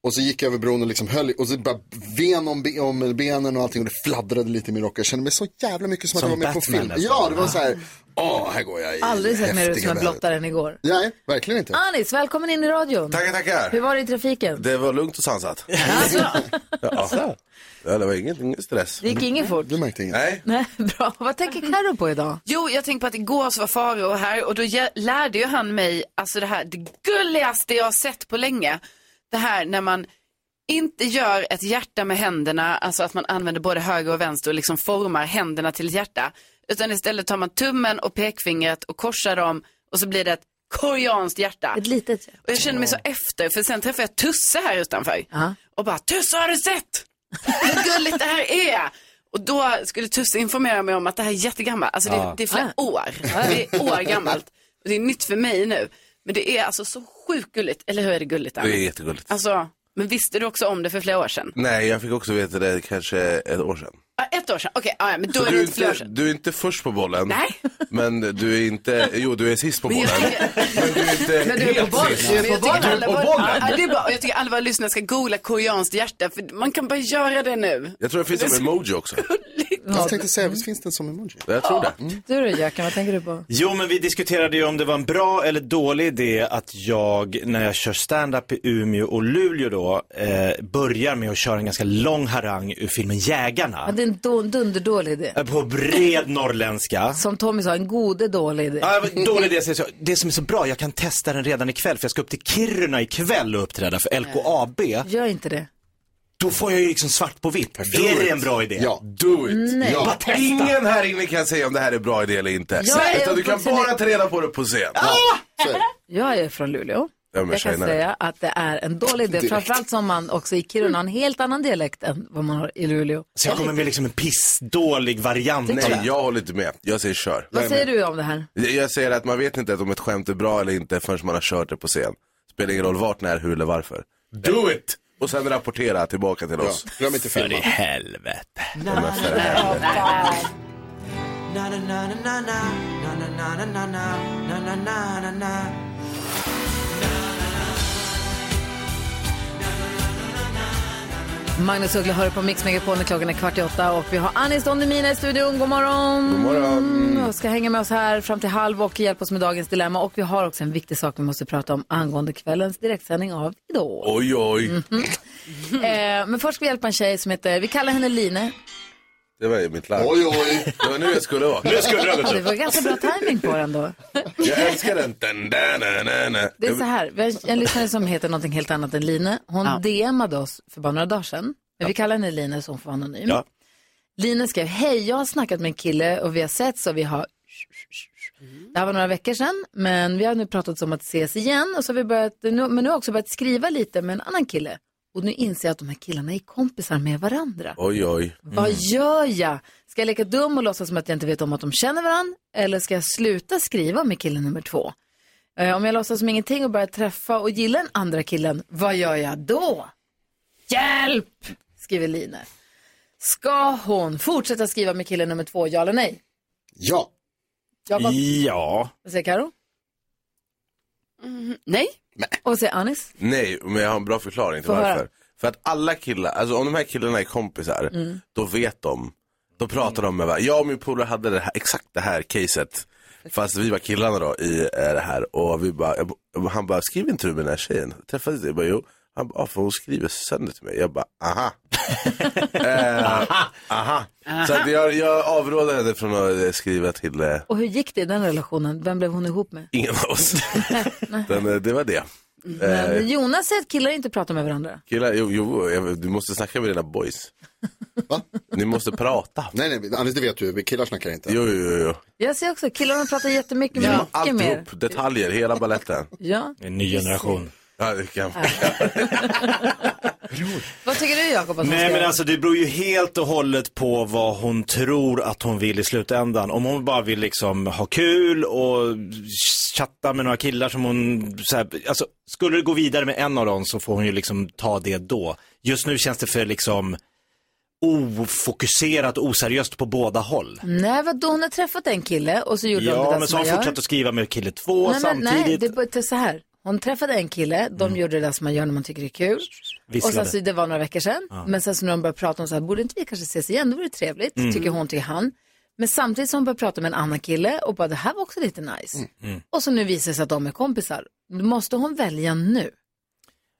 Och så gick jag över bron och liksom höll i, och så bara ven om, be- om benen och allting och det fladdrade lite i min rock. Jag kände mig så jävla mycket som, Som att jag var med på Batman film. nästan. Ja, det var så här, åh, här går jag i Aldrig sett mer ut häftiga som en väder." blottare än igår. Nej, verkligen inte. Anis, välkommen in i radion. Tackar, Hur tackar. var det i trafiken? Det var lugnt och sansat. Ja. Ja, det var ingen, ingen stress. Det gick ingen fort. Du märkte inget? Nej. Nej, bra. Vad tänker Carro på idag? Jo, jag tänker på att igår så var Faro här och då ge- lärde ju han mig, alltså det här, det gulligaste jag har sett på länge. Det här när man inte gör ett hjärta med händerna, alltså att man använder både höger och vänster och liksom formar händerna till ett hjärta. Utan istället tar man tummen och pekfingret och korsar dem och så blir det ett koreanskt hjärta. Ett litet. Och jag känner mig så efter, för sen träffade jag Tusse här utanför. Och bara, Tusse har du sett? Hur gulligt det här är! Och då skulle Tusse informera mig om att det här är jättegammalt. Alltså det, Ja. det är flera Ah. år. Det är år gammalt. Och det är nytt för mig nu. Men det är alltså så sjukt gulligt. Eller hur är det gulligt? Anna? Det är jättegulligt. Alltså, men visste du också om det för flera år sedan? Nej, jag fick också veta det kanske ett år sedan. Ja, ett år sedan. Okej, ja, ja, men då Så är du, det är inte flera år inte, sedan. du är inte först på bollen. Nej. Men du är inte, jo du är sist på Men bollen. jag Men du är inte Men du är helt på bollen. sist. Men jag tycker alla Du är våra- på bollen. Ja, det är bra. Och Jag tycker alla våra lyssnare ska googla koreanskt hjärta. För man kan bara göra det nu. Jag tror det finns som emoji också. Jag tänkte säga, visst finns det som emoji? Jag tror det. Du då Jöken, vad tänker du på? Jo, men vi diskuterade ju om det var en bra eller dålig idé att jag, när jag kör stand-up i Umeå och Luleå då, eh, börjar med att köra en ganska lång harang ur filmen Jägarna. Ja, det är en do- dunderdålig idé. Eh, På bred norrländska. Som Tommy sa, en gode dålig idé. Ja, men dålig idé, säger jag. Det som är så bra, jag kan testa den redan ikväll, för jag ska upp till Kiruna ikväll och uppträda för LKAB. Gör inte det. Då får jag ju liksom svart på vitt. Do Är det it. en bra idé? Ja. Do it. Nej. Bara Ja. testa. Ingen här inne kan säga om det här är bra idé eller inte. Jag är Utan du kan uppvuxen i- bara ta reda på det på scen. Jag är från Luleå. Ja, men jag kan tjejerna. säga att det är en dålig idé, Direkt. framförallt som man också i Kiruna har en helt annan dialekt än vad man har i Luleå. Så jag kommer med liksom en pissdålig variant. Det är Nej, klart. jag håller inte med. Jag säger kör. Vad säger du om det här? Jag säger att man vet inte om ett skämt är bra eller inte förrän man har kört det på scen. Spelar ingen roll vart, när, hur eller varför. Do it! Och sen rapportera tillbaka till oss. Glöm inte filma. För i helvete. Ja, men för i helvete. Magnus Uggla hör på Mix Megapol när klockan är kvart i åtta och vi har Anis Don Demina i studion. God morgon! God morgon! Och ska hänga med oss här fram till halv och hjälpa oss med dagens dilemma. Och vi har också en viktig sak vi måste prata om angående kvällens direktsändning av Idol. Oj, oj. eh, men först ska vi hjälpa en tjej som heter, vi kallar henne Line. Det var ju mitt larm. Oj, oj. Det var nu jag skulle vara. Ja, det var ganska bra timing på den då. Jag älskar den. Dun, dun, dun, dun, dun. Det är så här, vi har en lyssnare som heter någonting helt annat än Line. Hon DMade oss för bara några dagar sedan. Men vi kallar henne Line så hon får vara anonym. Ja. Line skrev, hej jag har snackat med en kille och vi har sett så vi har Det här var några veckor sedan, men vi har nu pratat om att ses igen. Och så har vi börjat, nu, men nu har jag också börjat skriva lite med en annan kille. Och nu inser jag att de här killarna är kompisar med varandra. Oj, oj. Vad gör jag? Ska jag leka dum och låtsas som att jag inte vet om att de känner varandra? Eller ska jag sluta skriva med kille nummer två? Eh, om jag låtsas som ingenting och börjar träffa och gilla den andra killen, vad gör jag då? Hjälp! Skriver Line. Ska hon fortsätta skriva med kille nummer två, ja eller nej? Ja. Jakob, Ja. vad säger Karo? nej. Och vad säger Anis? Nej, men jag har en bra förklaring till Få höra. varför. För att alla killar, alltså om de här killarna är kompisar, Mm. då vet de. Då pratar de med varandra. Jag och min polare hade det här, exakt det här caset. Fast vi var killarna då i eh, det här och vi bara, jag, b- han bara, skriv inte du med den här tjejen? Träffades du? Jag bara, jo. Han bara, ah, för hon skriver sönder till mig. Jag bara, aha. eh, aha. Så att jag, jag avråder henne från att eh, skriva till eh, Och hur gick det i den relationen? Vem blev hon ihop med? ingen av oss. Den, eh, det var det. Eh, Men Jonas säger att killar inte pratar med varandra. Killar, jo, jo, jag- du måste snacka med dina boys. Ni måste prata. Nej, nej, Anders det vet du, vi killar snackar inte. Jo, jo, jo. Jag ser också att killarna pratar jättemycket, men mycket mer. Alltihop, detaljer, hela balletten. Ja. En ny generation. Ja, det kan... Vad tycker du Jakob? att hon ska Nej men göra? alltså det beror ju helt och hållet på vad hon tror att hon vill i slutändan. Om hon bara vill liksom ha kul och chatta med några killar som hon, så här, alltså skulle det gå vidare med en av dem så får hon ju liksom ta det då. Just nu känns det för liksom ofokuserat och oseriöst på båda håll. Nej, vadå? Hon har träffat en kille och så gjorde de det Ja där men så som har man hon gör. fortsatt att skriva med kille två nej, men, samtidigt. Mm. Nej, det är bara så här. Hon träffade en kille, de gjorde det där som man gör när man tycker det är kul. Och sen Visslade. så, det var några veckor sedan. Ja. Men sen så när de började prata om så här, borde inte vi kanske ses igen? Det vore trevligt, Mm. tycker hon, tycker han. Men samtidigt som hon började prata med en annan kille och bara, det här var också lite nice. Mm. Och så nu visar det sig att de är kompisar. Måste hon välja nu?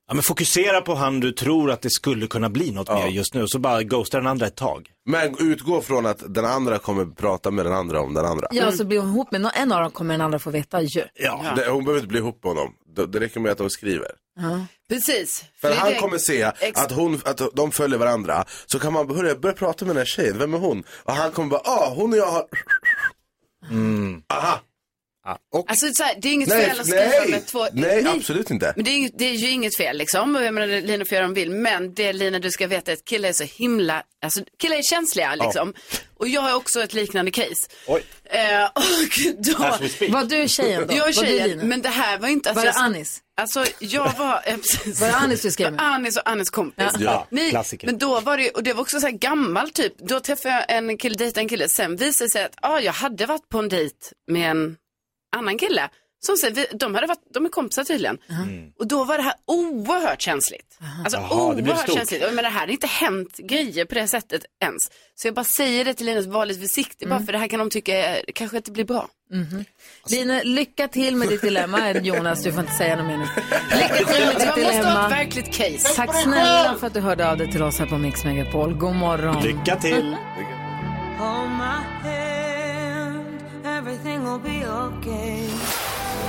Ja men fokusera på han du tror att det skulle kunna bli något mer just nu. Så bara ghosta den andra ett tag. Men utgå från att den andra kommer prata med den andra om den andra. Ja, Mm. så blir hon ihop med någon, en av dem kommer den andra få veta ju. Ja. Det, hon behöver inte bli ihop med honom. Det, det räcker med att hon skriver. Ja. Precis. För det är han det- kommer se Ex- att, hon, att de följer varandra. Så kan man börja, börja prata med den här tjejen. Vem är hon? Och han kommer bara, ah, hon och jag har... Mm. Aha. Och... Alltså så här, det är inget Nej, fel att skriva nej, med två... nej, absolut inte. Men det är, inget- det är ju inget fel liksom, jag menar Lina får göra vad de vill, men det Lina du ska veta är att killar är så himla, alltså killar är känsliga Ja. liksom. Och jag har också ett liknande case. Oj. Eh, och då... As we speak. Var du tjejen då? Jag är Var du tjejen, Lina? men det här var inte... Var det jag- Anis? Alltså jag var... eh, precis. Var det Anis du skrev med? Det var Anis och Anis kompis. Ja. Ja, Nej, klassiker. Men då var det, och det var också så här gammal typ, då träffade jag en kille, dejtade en kille, sen visade det sig att ah, jag hade varit på en dejt med en annan kille. Som sen, vi- de, hade varit, de är kompisar tydligen. Mm. Och då var det här oerhört känsligt. Alltså Jaha, det blev oerhört stort. känsligt. Och Men det här har inte hänt grejer på det här sättet ens. Så jag bara säger det till Linus, var lite försiktig Mm. bara för det här kan de tycka eh, kanske inte blir bra. Mhm. Line, lycka till med ditt dilemma Jonas, du får inte säga något mer nu. Lycka till med ditt Man måste ha dilemma. ett verkligt case. Tack snälla för att du hörde av dig till oss här på Mix Megapol. God morgon. Lycka till. Hold my hand, everything will be okay.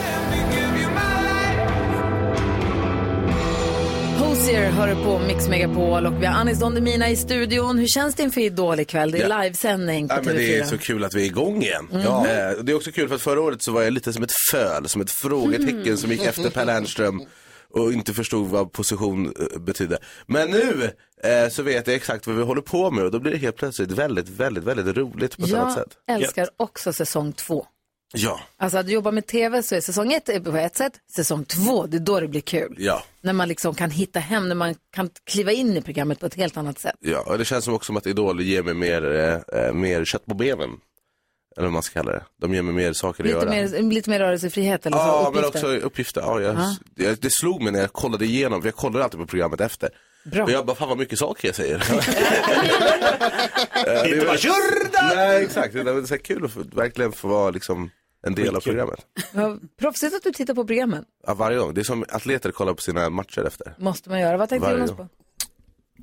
Let me give you my life. Who's Easier hör du på Mix Megapol och vi har Anis Don Demina i studion. Hur känns det inför Idol ikväll? Det är Ja. livesändning på Ja, men det är TV4. så kul att vi är igång igen. Mm. Mhm. Ja. Eh, Det är också kul för att förra året så var jag lite som ett föl, som ett frågetecken som gick efter Per Lernström och inte förstod vad position eh, betydde. Men nu eh, så vet jag exakt vad vi håller på med och då blir det helt plötsligt väldigt, väldigt, väldigt roligt på ett annat Jag sätt. älskar också säsong två. Ja, Alltså att jobba med TV så är säsong ett är på ett sätt, säsong två, det är då det blir kul. ja, När man liksom kan hitta hem, när man kan kliva in i programmet på ett helt annat sätt. ja. Och det känns som också som att Idol ger mig mer, eh, eh, mer kött på benen. Eller vad man ska kalla det. De ger mig mer saker att Lite göra. mer, lite mer rörelsefrihet eller så, Ja, men uppgifter. också uppgifter. Ja, jag, Ja. jag, det slog mig när jag kollade igenom, för jag kollar alltid på programmet efter. Bra. Och jag bara, fan vad mycket saker jag säger. Eh, Inte bara, Nej, exakt. Det var så här kul att få- verkligen få vara liksom, en del av programmet. Vad Proffsigt att du tittar på programmen, Ja, varje gång. Det är som atleter kollar på sina matcher efter. måste man göra. Vad tänkte Varje Jonas gång. på?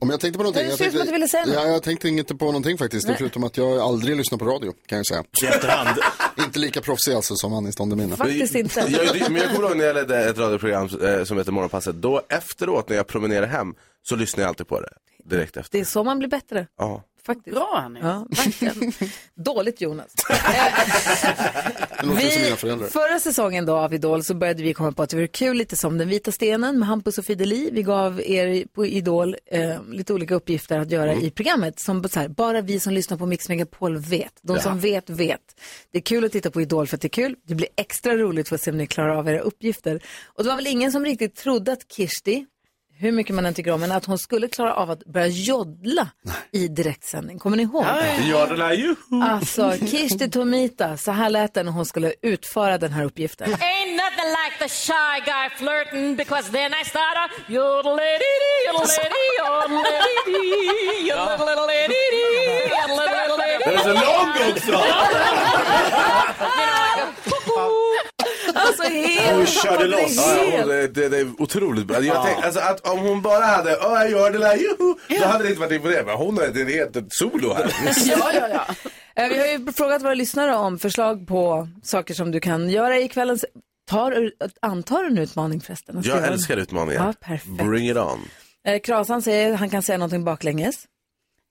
Om jag tänkte på någonting. Nej, det jag ser ut som att du ville säga något. ja, jag tänkte inte på någonting faktiskt. Nej. Förutom att jag aldrig lyssnar på radio kan jag säga. I efterhand. inte lika proffsig alltså som Anis Don Demina. Faktiskt inte. Jag, men jag kommer ihåg när jag ledde ett radioprogram eh, som heter Morgonpasset. Då efteråt när jag promenerar hem så lyssnar jag alltid på det. Direkt efter. Det är så man blir bättre. Ja. Faktiskt. Bra, Hannes. Ja, verkligen. Dåligt, Jonas. Det låter Vi- som mina föräldrar. Förra säsongen då av Idol så började vi komma på att det vore kul lite som Den vita stenen med Hampus och Fideli. Vi gav er på Idol eh, lite olika uppgifter att göra Mm. i programmet som så här, bara vi som lyssnar på Mix Megapol vet. De Ja. som vet, vet. Det är kul att titta på Idol för att det är kul. Det blir extra roligt för att se om ni klarar av era uppgifter. Och det var väl ingen som riktigt trodde att Kirsti, hur mycket man än tycker om henne, att hon skulle klara av att börja joddla i direktsändning. Kommer ni ihåg? Ja, den här ju. Alltså, Kirsti Tomita, så här lät det när hon skulle utföra den här uppgiften. Ain't nothing like the shy guy flirting because then I start a yodel lady, yodel lady, yodel lady, yodel little lady, yodel little lady. Den är så lång också! Alltså helt Hon körde tappade loss. Ja, ja, hon- helt. det, det, det är otroligt bra. Jag Ja. tänkte, alltså, att om hon bara hade "Åh, jag gör det där, juhu, då hade det inte varit imponerande. Men hon är det är helt ett solo här. Eh, Vi har ju frågat våra lyssnare om förslag på saker som du kan göra i kvällens... Tar, antar en utmaning förresten? att Jag göra. älskar utmaningar. Ja, perfekt. Bring it on. Eh, Krasan säger att han kan säga någonting baklänges.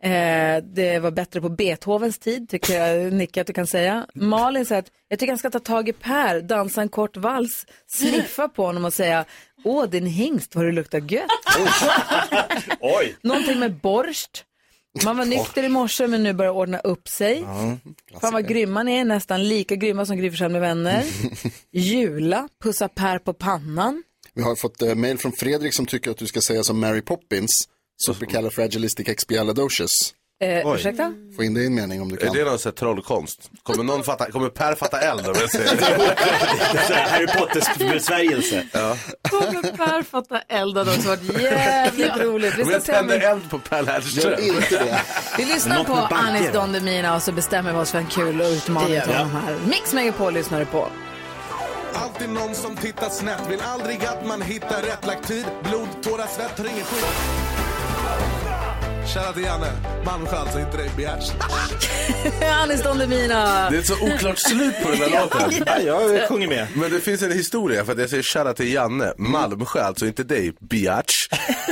Eh, det var bättre på Beethovens tid, tycker jag Nicke att du kan säga. Malin säger att jag tycker han ska ta tag i Per, dansa en kort vals, sniffa på honom och säga Åh, din hingst, vad du luktar gött. Oj! Någonting med borst. Man var nykter i morse men nu börjar ordna upp sig. Fan vad grymma ni är, nästan lika grymma som Gry Forssell med vänner. Jula, pussa Per på pannan. Vi har fått eh, mail från Fredrik som tycker att du ska säga som Mary Poppins. Supercalifragilistic expialidocious. Eh, ursäkta? Få in det i en mening om du Är kan. det någon sån här trollkonst? Kommer, någon fatta, kommer Per fatta eld om jag säger Harry Potter-besvärjelse. Ja. Kommer Per fatta eld hade också varit jävligt roligt. Vi, Om ska jag se om tänder vi, eld på Per Lernström. Gör inte det. vi lyssnar Något med på banken. Anis Don Demina och så bestämmer vi oss för en kul och Det utmaning gör till vi. honom här. Mix Megapol lyssnar du på. Alltid någon som tittar snett, vill aldrig att man hittar rätt. Lagt tid, blod, tårar, svett, tar ingen skit. Kära till Janne, Malmsjö alltså, inte dig begärs. Anis Don Demina. Det är ett så oklart slut på den här låten. Ja, jag sjunger med. Men det finns en historia för att jag säger shoutout till Janne Mm. Malmsjö, alltså inte dig, biatch.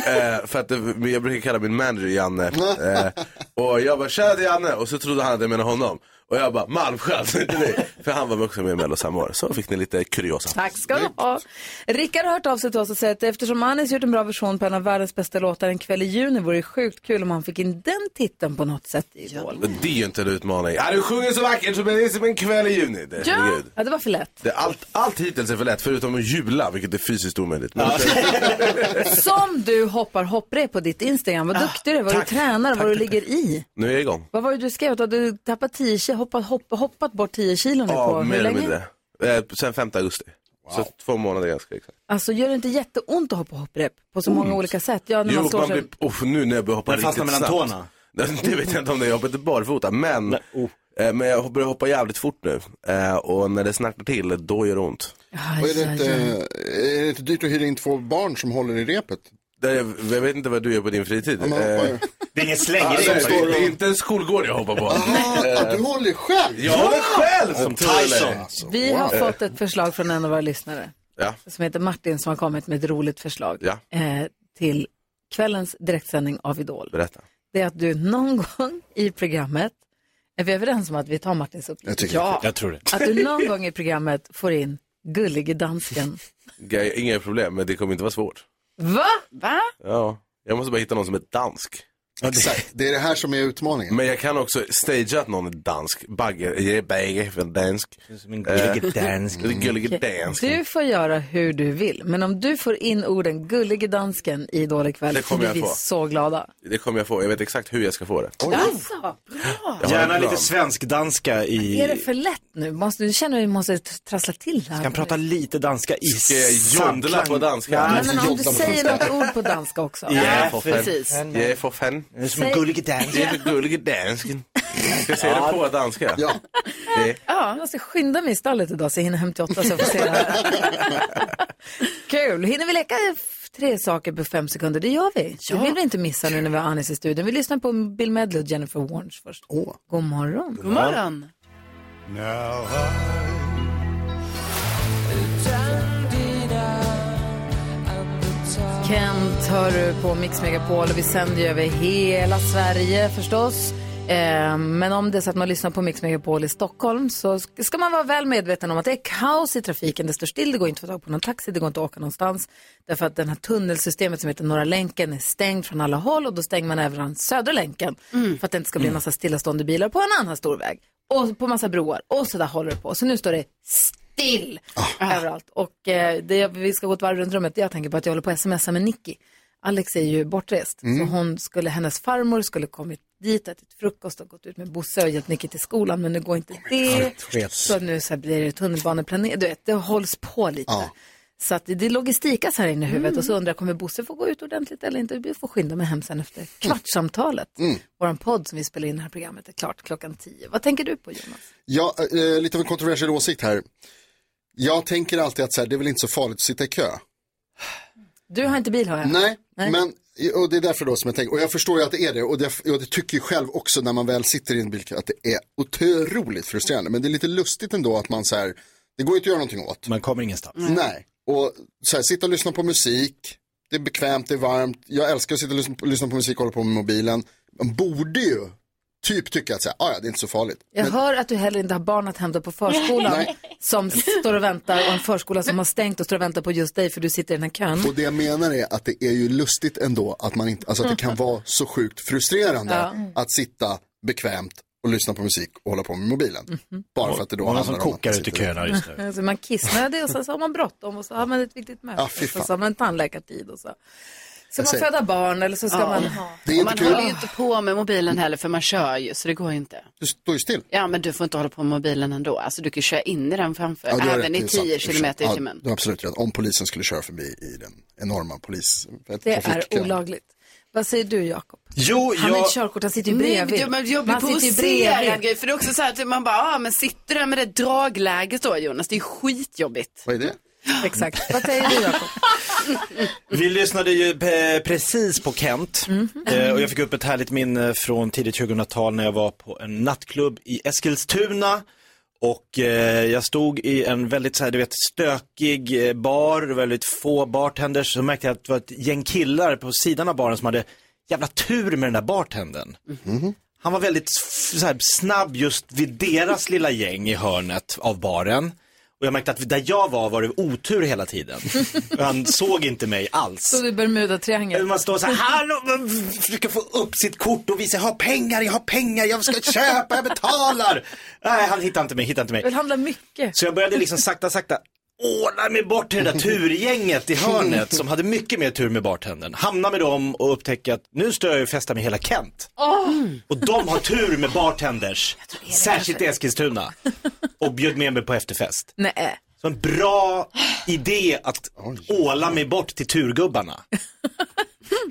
eh, för att det, men jag brukar kalla min manager Janne. Eh, och jag bara shoutout till Janne och så trodde han att jag menade honom. Och jag bara Malmsjö, alltså inte dig. För han var också med i Mello samma år. Så fick ni lite kuriosa. Tack ska du ha. Rickard har hört av sig till oss och säger att eftersom Anis gjort en bra version på en av världens bästa låtar en kväll i juni vore det sjukt kul om han fick in den titeln på något sätt i Idol. Men Det är ju inte en utmaning. Ja, du sjunger så vackert så blir det som en kväll i juni. Det, Ja, herregud. ja, det var för lätt. Det, allt, allt hittills är för lätt, förutom att jula, vilket är fysiskt omöjligt. Men, Som du hoppar hopprep på ditt Instagram. Ah, Vad duktig du är, vad du tränar, vad du ligger i. Nu är jag igång. Vad var det du skrev? Att du hade tappat 10 kilo, hoppat, hoppat, hoppat bort 10 kilo nu på Ja, mer hur eller länge? mindre. Eh, sen 5 augusti. Så två månader ganska exakt. Alltså gör det inte jätteont att hoppa hopprep på så många olika sätt? Ja, när man Mm. Jo, slår man sig... blir, oh, nu när jag börjar hoppa Den fastnar riktigt mellan snabbt. tårna. oh. Det vet jag inte om det är, jag hoppar inte barfota. Men, eh, men jag börjar hoppa jävligt fort nu. Eh, och när det snärtar till, då gör det ont. Och är, det inte, eh, är det inte dyrt att hyra in två barn som håller i repet? Det, är- jag vet inte vad du gör på din fritid. man hoppar ju. Det är ingen Ah, slängre. det, är- det är inte en skolgård jag hoppar på. Eh, Ah, du håller själv? Jag håller själv som Tyson. Tyson. Alltså, Vi har Eh, fått ett förslag från en av våra lyssnare Ja. som heter Martin som har kommit med ett roligt förslag Ja. eh, till kvällens direktsändning av Idol. Berätta. Det är att du någon gång i programmet, är vi överens om att vi tar Martins uppgift? ja. Jag tror det. Att du någon gång i programmet får in gullige dansken. Inga- Inga problem, men det kommer inte vara svårt. Va? Va? Ja, jag måste bara hitta någon som är dansk. Exakt, det är det här som är utmaningen. Men jag kan också stagea att någon är dansk. Bagge, jag är bagge för dansk. gullig Eh, dansk. Mm. en Gullig dansk. Du får göra hur du vill, men om du får in orden gullige dansken i Idol ikväll Det så kommer blir jag vi få. så glada. Det kommer jag få, jag vet exakt hur jag ska få det. Alltså, Jag har en Gärna plan. lite svensk-danska i... är det för lätt nu? Måste, du känner att vi måste trassla till här. Kan prata lite danska i Ska jag jodla samklang? på danska? Nej, men om du säger något ord på danska också. Jag är för precis. fan. Jag är för fan. Jag är som en Säg- gullig dansk. gullig dansken. Ska jag säga det på danska? Ja. Det. Ja, jag måste skynda mig i stallet idag så jag hinner hem till åtta så jag får se det här. Kul! Hinner vi leka f- tre saker på fem sekunder? Det gör vi. Det vill vi inte missa nu när vi har Anis i studion. Vi lyssnar på Bill Medley och Jennifer Warnes först. Oh. God morgon! God morgon. Now Kent hör du på Mix Megapol och vi sänder ju över hela Sverige förstås. Eh, Men om det är så att man lyssnar på Mix Megapol i Stockholm så sk- ska man vara väl medveten om att det är kaos i trafiken. Det står still, det går inte att få tag på någon taxi, det går inte att åka någonstans. Därför att det här tunnelsystemet som heter Norra länken är stängd från alla håll och då stänger man även Södra länken för att det inte ska bli en massa stillastående bilar på en annan stor väg. Och på massa broar och så där håller det på. Så nu står det still Ah. överallt. Och eh, det, jag- vi ska gå ett varv runt rummet. Jag tänker på att jag håller på att smsa med Nicky. Alex är ju bortrest. Mm. Så hon skulle, hennes farmor skulle kommit dit, ätit frukost och gått ut med Bosse och hjälpt Nicky till skolan. Men nu går Oh inte det. Så nu så här blir det tunnelbaneplanering. Du vet, det hålls på lite. Så att det- det logistikas här inne i huvudet Mm. och så undrar jag, kommer Bosse få gå ut ordentligt eller inte? Vi får skynda mig hem sen efter Mm. kvartssamtalet. Vår podd som vi spelar in i det här programmet är klart klockan tio. Vad tänker du på Jonas? Ja, eh, lite av en kontroversiell åsikt här. Jag tänker alltid att så här, det är väl inte så farligt att sitta i kö. Du har inte bil har jag. Nej, men och det är därför då som jag tänker, och jag förstår ju att det är det, och det, och det tycker jag själv också när man väl sitter i en bilkö att det är otroligt frustrerande, men det är lite lustigt ändå att man så här, det går ju inte att göra någonting åt. Man kommer ingenstans. Nej, och så här, sitta och lyssna på musik, det är bekvämt, det är varmt, jag älskar att sitta och lyssna, lyssna på musik och hålla på med mobilen. Man borde ju typ tycka att så här, "Ah, ja, det är inte så farligt. Jag hör att du heller inte har barn att hämta på förskolan Nej. som står och väntar och en förskola som har stängt och står och väntar på just dig för du sitter i den här Mm. kön. Och det jag menar är att det är ju lustigt ändå att man inte, alltså att det kan Mm. vara så sjukt frustrerande Ja. att sitta bekvämt och lyssna på musik och hålla på med mobilen. Mm-hmm. Bara för att det då Många handlar som om att kokar man ute i sitter- köerna just nu. Alltså man kissnödig och sen så har man bråttom och så har man ett viktigt möte. Ah, fy och så fan. har man en tandläkartid och så. Ska Jag man säger- föda barn eller så ska Ja. man... Det är inte man kul. håller ju inte på med mobilen heller för man kör ju så det går ju inte. Du står ju still. Ja men du får inte hålla på med mobilen ändå. Alltså du kan ju köra in i den framför. Ja, du har även rätt, i det är sant. 10 kilometer i Ja, timmen. du har absolut rätt. Om polisen skulle köra förbi i den enorma polis... Det trafikkön. är olagligt. Vad säger du Jakob? Jo, Han har ett körkort, han sitter ju bredvid. Nej, men jag blir Man sitter ju provocerad. bredvid. grej, För det är också så här att man bara, ah, men sitter där med det dragläget då Jonas? Det är skitjobbigt. Vad är det? Exakt. Vad säger du Jakob? Vi lyssnade ju eh, precis på Kent Eh, och jag fick upp ett härligt minne från tidigt 2000-tal när jag var på en nattklubb i Eskilstuna. Och eh, jag stod i en väldigt så här, du vet, stökig eh, bar, väldigt få bartenders. Så märkte jag att det var ett gäng killar på sidan av baren som hade jävla tur med den där bartendern. Han var väldigt f- så här, snabb just vid deras lilla gäng i hörnet av baren. Och jag märkte att där jag var var det otur hela tiden. Och han såg inte mig alls. Stod i Bermuda-triangeln. Man står så här, hallå, men f- försöker få upp sitt kort och visa, jag har pengar, jag har pengar, jag ska köpa, jag betalar. Nej, han hittar inte mig, hittar inte mig. Vill handla mycket. Så jag började liksom sakta, sakta ordna mig bort till det där turgänget i hörnet som hade mycket mer tur med bartendern. Hamna med dem och upptäcka att nu står jag och festar med hela Kent. Och de har tur med bartenders, särskilt i Eskilstuna. Och bjöd med mig på efterfest. Nej. Så en bra idé att åla mig bort till turgubbarna.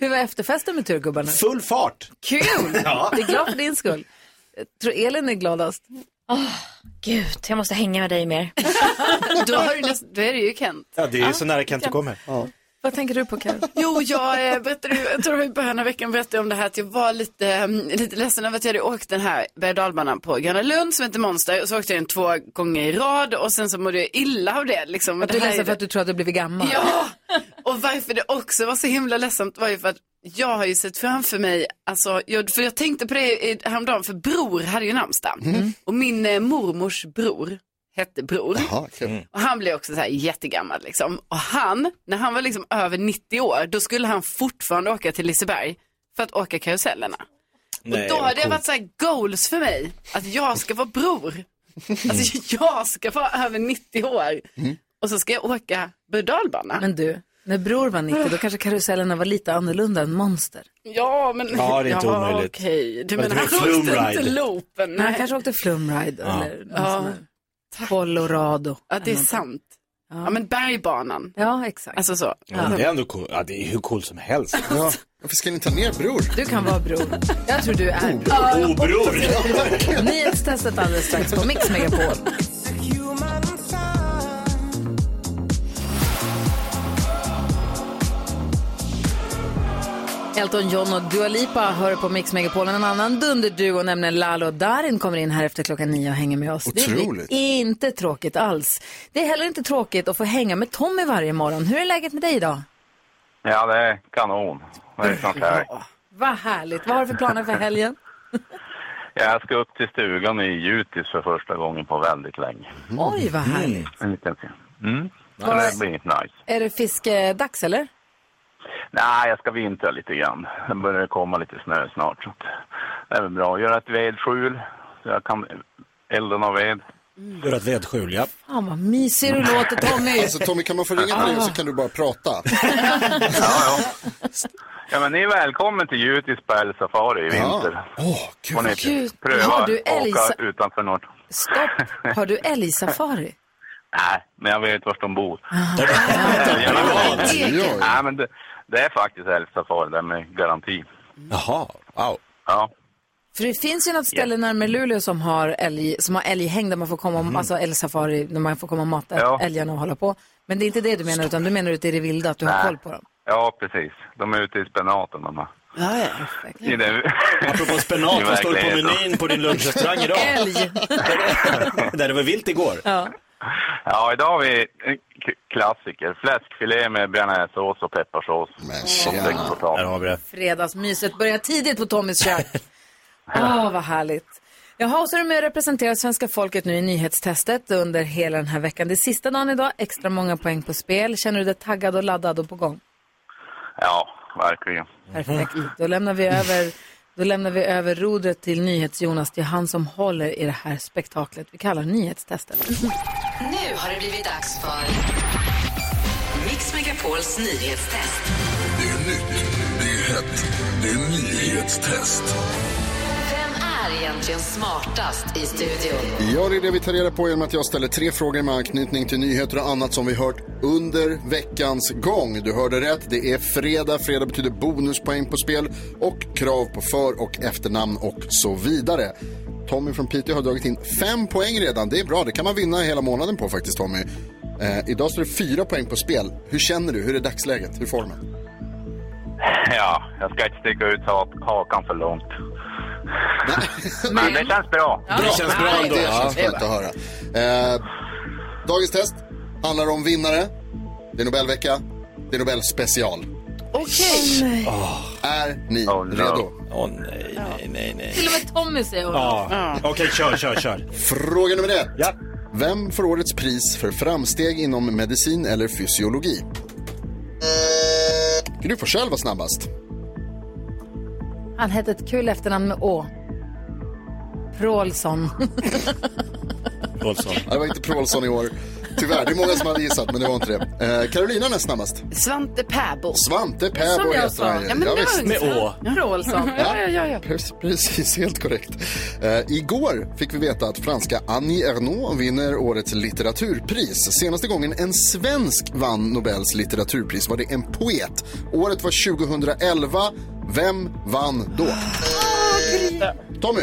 Hur var efterfesten med turgubbarna? Full fart! Kul! Ja. Jag är glad för din skull. Jag tror Elin är gladast. Gud, jag måste hänga med dig mer. då, har du näst, då är det ju Kent. Ja, det är ju så nära Kent du kommer. Vad tänker du på Carro? Jo, jag, eh, berättade, ju- jag tror det var i början av veckan berättade jag om det här att jag var lite, eh, lite ledsen över att jag hade åkt den här berg och dalbanan på Gröna Lund som heter Monster och så åkte jag den två gånger i rad och sen så mådde jag illa av det. Liksom. Att Det du här läser är för det- att du tror att du har blivit gammal. Ja! Och varför det också var så himla ledsamt var ju för att jag har ju sett framför mig, alltså, jag, för jag tänkte på det i- häromdagen, för bror hade ju namnsdag. Och min eh, mormors bror hette Bror. Mm. Och han blev också så här jättegammal liksom. Och han, när han var liksom över 90 år, då skulle han fortfarande åka till Liseberg för att åka karusellerna. Nej, och då vad har det coolt. varit så här goals för mig, att jag ska vara bror. Alltså jag ska vara över 90 år och så ska jag åka berg Men du, när Bror var 90 då kanske karusellerna var lite annorlunda än Monster. Ja, men... Ja, det är inte ja, omöjligt. Okej, du Men menar det han var ju åkte inte Flumride. loopen? Nej. Han kanske åkte Flumride Ja. eller någon Ja. sån här Colorado. Ja, det är Eller något. sant. Ja, men bergbanan. Ja, exakt. Alltså så. Ja, men det är ändå cool. ja, det är hur coolt som helst. Ja. Varför ska ni ta ner Bror? Du kan vara Bror. Jag tror du är Bror. Oh, bror! Nyhetstestet alldeles strax på Mix Megapol. Elton John och Dua Lipa hör på Mix Megapol. En annan dunderduo, nämligen Lalo och Darin, kommer in här efter klockan nio och hänger med oss. Otroligt. Det är inte tråkigt alls. Det är heller inte tråkigt att få hänga med Tommy varje morgon. Hur är läget med dig idag? Ja, det är kanon. Det är sånt här. Vad härligt. Vad har du för planer för helgen? Jag ska upp till stugan i Jutis för första gången på väldigt länge. Oj, Mm. vad härligt. En liten film. Mm. Så det blir nice. Är det fiskedags eller? Nej, jag ska vintra lite grann. Det börjar komma lite snö snart. Så att det är väl bra. Göra ett vedskjul så jag kan elda någon ved. Göra Mm. ett vedskjul, ja. Fan vad mysig du låter Tommy. Ah, Alltså Tommy, kan man få ringa till dig och Ah. så kan du bara prata? Ja, men ni är välkommen till Jutis på älgsafari i vinter. Åh, Får ni Gud. pröva Har att du älgsa- åka utanför något. Stopp. Har du älgsafari? Nej, men jag vet var de bor. Egen. Nej, men det, det är faktiskt älgsafari där med garanti. Jaha. Wow. Ja. För det finns ju något ställe närmare Mm. Luleå som har, älg, som har älghäng där man får komma, alltså älgsafari, där man får komma och mata Mhm. Ja. älgarna och hålla på. Men det är inte det du menar, utan du menar ute i det vilda, att du har Nej. koll på dem. ja, precis. De är ute i spenaten de här. Ja, ja. I det... Apropå spenat, I vad står det på verkligheten. menyn på din lunchrestaurang idag? Älg. Där det var vilt igår. Ja. Ja, idag har vi en k- klassiker. Fläskfilé med bearnaisesås och pepparsås. Men Där har vi det. Fredagsmyset börjar tidigt på Tommys kök. Åh, vad härligt. Jaha, och så är du med och representerar svenska folket nu i nyhetstestet under hela den här veckan. Det är sista dagen idag, extra många poäng på spel. Känner du dig taggad och laddad och på gång? Ja, verkligen. Perfekt. Då lämnar vi över, då lämnar vi över rodret till NyhetsJonas. Det är han som håller i det här spektaklet vi kallar nyhetstestet. Nu har det blivit dags för Mix Megapols nyhetstest. Det är nytt, det är hett, det är nyhetstest. Vem är egentligen smartast i studion? Ja, det är det vi tar reda på genom att jag ställer tre frågor med anknytning till nyheter och annat som vi hört under veckans gång. Du hörde rätt, det är fredag. Fredag betyder bonuspoäng på spel och krav på för och efternamn och så vidare. Tommy från Piteå har dragit in fem poäng redan. Det är bra, det kan man vinna hela månaden på faktiskt Tommy. Eh, idag står det fyra poäng på spel. Hur känner du? Hur är dagsläget? Hur är formen? Ja, jag ska inte sticka ut ha- hakan för långt. Men det känns bra. Det känns skönt att höra. Eh, dagens test handlar om vinnare. Det är Nobelvecka. Det är Nobelspecial. Okej. Ah. Är ni Oh, redo? Åh nej, nej, nej, Till och med Tommy säger honom. Ja. Okej, kör, kör, kör. Fråga nummer ett. Vem får årets pris för framsteg inom medicin eller fysiologi? Gry Forssell var snabbast. Han hette ett kul efternamn med Å. Prålsson. Prålsson. Det var inte Prålsson i år. Tyvärr, det är många som hade gissat, men det var inte det. Eh, Carolina näst snabbast. Svante Pääbo. Svante Pääbo Som jag heter sa. han ju. Ja, men Ja, det var visst. ungefär. Med Å. Ja. Rålsson. Ja, ja, ja, ja. Precis, precis, helt korrekt. Eh, igår fick vi veta att franska Annie Ernaux vinner årets litteraturpris. Senaste gången en svensk vann Nobels litteraturpris var det en poet. Året var 2011. Vem vann då? Tommy?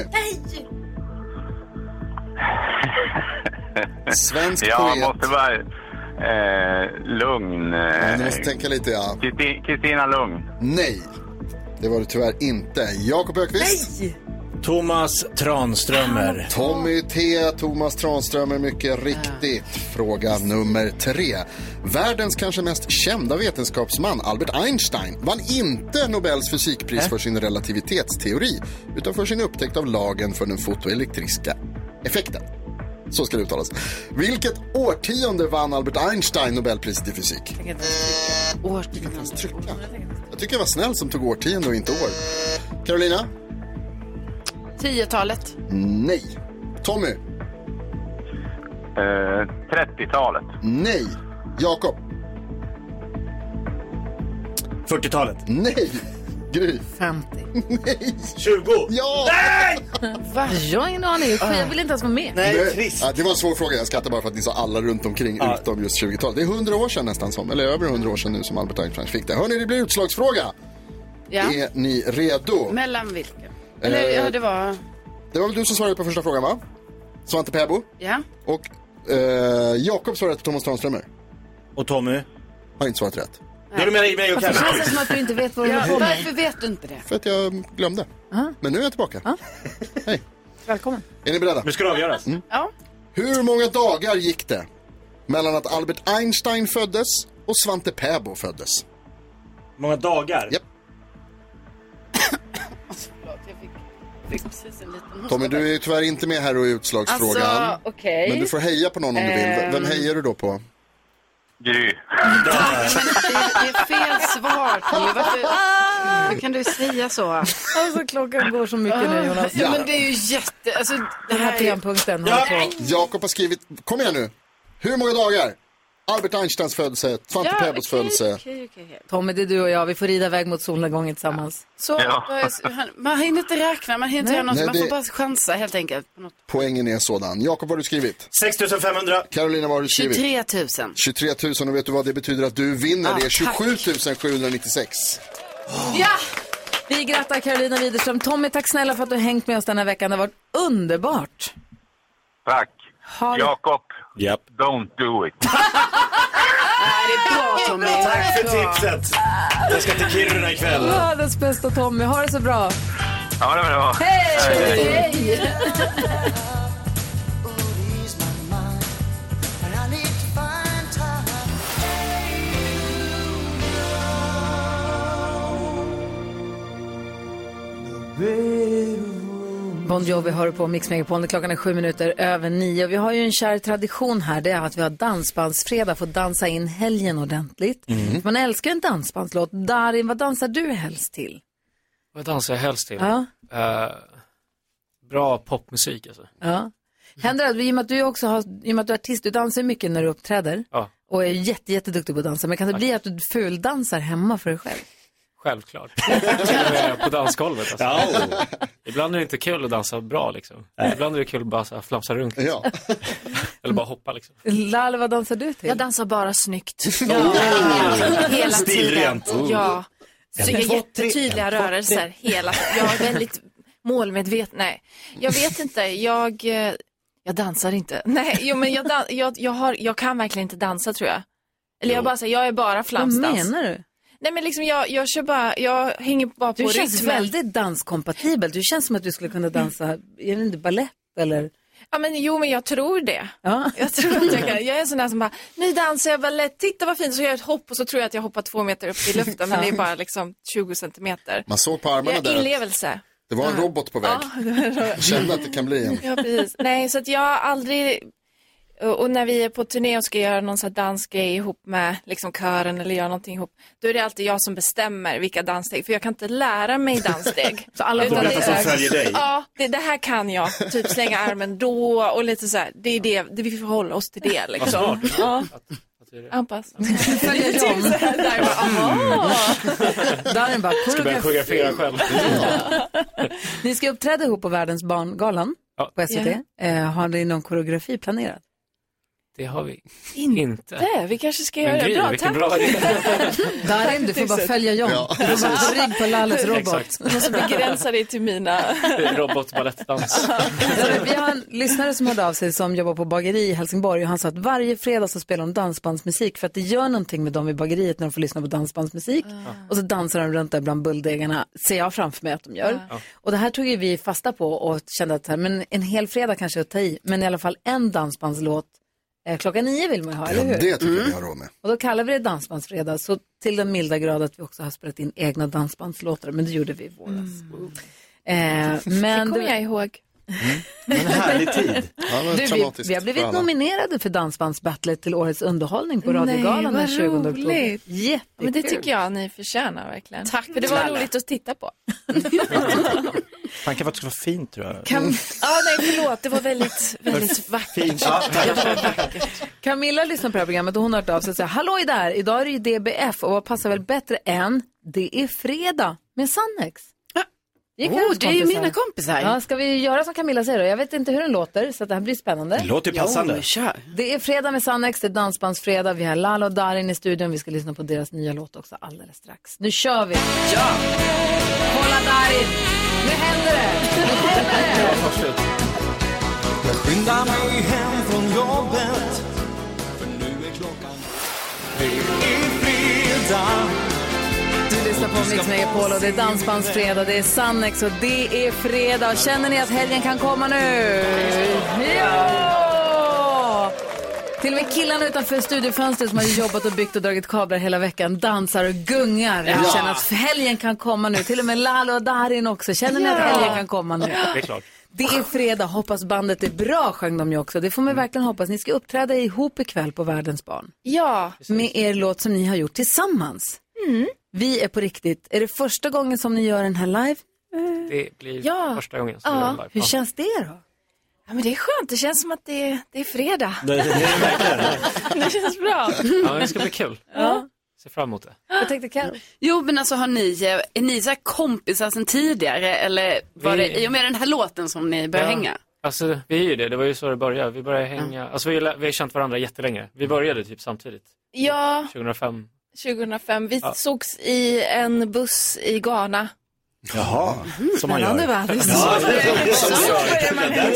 Svensk Jag poet. måste vara eh, lugn. Ja, du måste tänka lite, ja. Kristi- Kristina Lugn. Nej, det var det tyvärr inte. Jakob Ökvist? Nej! Thomas Tranströmer. Tommy T, Thomas Tranströmer, mycket riktigt. Fråga nummer tre. Världens kanske mest kända vetenskapsman, Albert Einstein, vann inte Nobels fysikpris för sin relativitetsteori, utan för sin upptäckt av lagen för den fotoelektriska effekten. Så ska det uttalas. Vilket årtionde vann Albert Einstein Nobelpriset i fysik? Årtionde. Jag tycker jag var snäll som tog årtionde och inte år. Carolina? 10-talet. Nej. Tommy? 30-talet. Nej. Jakob? 40-talet. Nej. Gry? 50. Nej. 20. Ja! Va? Ah. Jag har ingen aning. Jag vill inte ens vara med. Ja, det var en svår fråga. Jag skrattar bara för att ni sa alla runt omkring utom just 20-talet. Det är 100 år sedan nästan som, eller över 100 år sedan nu som Albert Einstein fick det. Hörni, det blir utslagsfråga. Ja. Är ni redo? Mellan vilka? Eller ja, det var... Eh, Det var väl du som svarade på första frågan va? Svante Pääbo Ja. och eh, Jakob svarade på Thomas Tranströmer. Och Tommy? Har inte svarat rätt. Nej, du menar mig och Varför Kalle? känns det som att du inte vet vad du Ja, håller på med? varför vet du inte det? För att jag glömde. Ah. Men nu är jag tillbaka. Välkommen. Är ni beredda? Mm. Nu ska det avgöras. Ja. Hur många dagar gick det mellan att Albert Einstein föddes och Svante Pääbo föddes? Många dagar? Japp. Alltså, Fick precis en liten Tommy, du är tyvärr inte med här och i utslagsfrågan. Alltså, okej. Men du får heja på någon om du vill. V- Vem Ehm. hejar du då på? Gry. Det, det är fel svar, Tommy. Varför hur kan du säga så? Ah. Alltså klockan går så mycket nu Jonas. Ja, men det är ju jätte... Alltså, det Den här här är ju... programpunkten Ja. håller på. Jakob har skrivit, kom igen nu. Hur många dagar? Albert Einsteins födelse, Svante Ja, Pääbos okej, födelse. Tommy, det är du och jag. Vi får rida iväg mot solnedgången tillsammans. Så, Ja. vad är- man hinner inte räkna, man hinner inte Nej. göra något. Nej, man det- får bara chansa helt enkelt. Poängen är sådan. Jakob, vad har du skrivit? 6500. Carolina, vad har du skrivit? 23 000. 23 000 och vet du vad det betyder att du vinner? Ah, det är 27 tack. 796. Ja! Vi grattar Carolina Widerström. Tommy, tack snälla för att du har hängt med oss den här veckan. Det har varit underbart. Tack. Ha- Jakob. Yep. Don't do it. Bra Tommy. Tack för tipset. Jag ska till Kiruna ikväll. Världens bästa Tommy. Ha det så bra. Ja, det var bra. Hej! Bon Jovi hör på Mix Megapol. Det är Klockan är sju minuter över nio. Vi har ju en kär tradition här. Det är att vi har dansbandsfredag för att dansa in helgen ordentligt. Mm. Man älskar en dansbandslåt. Darin, vad dansar du helst till? Vad dansar jag helst till? Ja. Eh, bra popmusik alltså. Ja. Händer det, att- i och med att du också har, i och med att du är artist, du dansar mycket när du uppträder Ja, och är jätte, jätteduktig på att dansa. Men kan det Tack. bli att du fuldansar hemma för dig själv? självklart. Till och med på dansgolvet alltså. Ja. Ibland är det inte kul att dansa bra liksom. Ibland är det kul att bara så här, flamsa runt. liksom. Ja. Eller bara hoppa liksom. Lal, vad dansar du till? Jag dansar bara snyggt. Oh! Hela Stilrent. tiden. Ja. Så jag En, är två, tre, jättetydliga en, två, tre. rörelser hela Jag är väldigt målmedveten. Nej, jag vet inte. Jag, eh, jag dansar inte. Nej, jo, men jag, dan- jag, jag, har, jag kan verkligen inte dansa tror jag. Eller jag bara säger, jag är bara flamsdans. Vad menar du? Nej, men liksom jag, jag kör bara, jag hänger bara på Du känns rytmen. väldigt danskompatibel. Du känns som att du skulle kunna dansa, är det inte balett eller? Ja, men, jo, men jag tror det. Ja. Jag tror att jag kan. Jag är en sån där som bara, nu dansar jag balett, titta vad fint, så gör jag ett hopp och så tror jag att jag hoppar två meter upp i luften, men det är bara liksom 20 centimeter. Man såg på Jag armarna har där att inlevelse. det Ah. var en robot på väg. Ja, det var- Kände att det kan bli en. ja, precis. Nej, så att jag har aldrig, och och när vi är på turné och ska göra någon sån här dansgrej ihop med liksom kören eller göra någonting ihop, då är det alltid jag som bestämmer vilka danssteg, för jag kan inte lära mig danssteg. så alla får veta som följer dig. Ja, det, det här kan jag, typ slänga armen då och lite så här, det är det, det vi får hålla oss till det liksom. Vad smart. Ja. Anpass. Följer dem. Där jag bara, aha. Darin bara, Ska börja koreografera själv. Ni ska uppträda ihop på Världens barngalan på SVT. Ja. Eh, har ni någon koreografi planerad? Det har vi Inte. inte. Det, vi kanske ska Men göra Gry, det. Bra, vilken tack. bra idé. Darin, du får bara följa John. Ja, du får precis. vara rygg på Lalles robot. Exakt. Jag måste begränsa dig till mina... Robotbalettdans. Vi har en lyssnare som hörde av sig som jobbar på bageri i Helsingborg och han sa att varje fredag så spelar de dansbandsmusik för att det gör någonting med dem i bageriet när de får lyssna på dansbandsmusik. Och så dansar de runt där bland bulldegarna, ser jag framför mig att de gör. Ja. Och det här tog ju vi fasta på och kände att så här, men en hel fredag kanske är att ta i, men i alla fall en dansbandslåt eh, klockan nio vill man ju ha, Ja, eller hur? det tycker jag vi har råd med. Och då kallar vi det dansbandsfredag, så till den milda grad att vi också har spelat in egna dansbandslåtar, men det gjorde vi i våras. Eh, men Mm. det kommer jag ihåg. Mm. En härlig tid. Du, vi, vi har blivit nominerade för Dansbandsbattlet till årets underhållning på Radiogalan den 20 oktober. Jättekul. Men det tycker jag ni förtjänar verkligen. Tack För det var snälla. roligt att titta på. Tanken var att det skulle vara fint tror jag. Kan... Ah, nej, förlåt. Det var väldigt, väldigt vackert. Ja. Camilla lyssnar på det här programmet och hon har hört av sig och säger Halloj där, idag är det ju DBF och vad passar väl bättre än Det är fredag med Sannex. Gick Åh, hennes det är ju mina kompisar. Ja, ska vi göra som Camilla säger då? Jag vet inte hur den låter så att det här blir spännande. Det låter ju passande. Jo, kör. Det är fredag med Sannex, det är dansbandsfredag. Vi har Lalo och Darin i studion. Vi ska lyssna på deras nya låt också alldeles strax. Nu kör vi! Ja! Kolla Darin! Nu händer det! Nu händer det! Jag skyndar mig hem från jobbet För nu är klockan Det är fredag Du lyssnar på Mix Megapol och det är Dansbandsfredag, det är Sannex och det är fredag. Känner ni att helgen kan komma nu? Ja! Till och med killarna utanför studiofönstret som har jobbat och byggt och dragit kablar hela veckan dansar och gungar. Ja. Känner att helgen kan komma nu. Till och med Lalo och Darin också. Känner ni att helgen kan komma nu? Det är klart. Det är fredag, hoppas bandet är bra, sjöng de ju också. Det får man verkligen hoppas. Ni ska uppträda ihop ikväll på Världens barn. Ja. Med er låt som ni har gjort tillsammans. Mm. Vi är på riktigt. Är det första gången som ni gör den här live? Det blir Ja. första gången som vi gör en Ja. live. Ja. känns det då? Ja, men det är skönt. Det känns som att det är, det är fredag. Det, Det känns bra. Ja, det ska bli kul. Ja. Ser fram emot det. Jag tänkte Carro. Jo men alltså har ni, eh, är ni så här kompisar sen tidigare eller var det i och med den här låten som ni började Ja. hänga? Alltså, vi är ju det. Det var ju så det började. Vi började hänga. Alltså, vi, har- vi har känt varandra jättelänge. Vi började typ samtidigt. Ja, 2005. 2005. Vi Ja. sågs i en buss i Ghana. Jaha, som man gör. Spännande värld. Mhm. Ja, Så det är Så som man gör. börjar man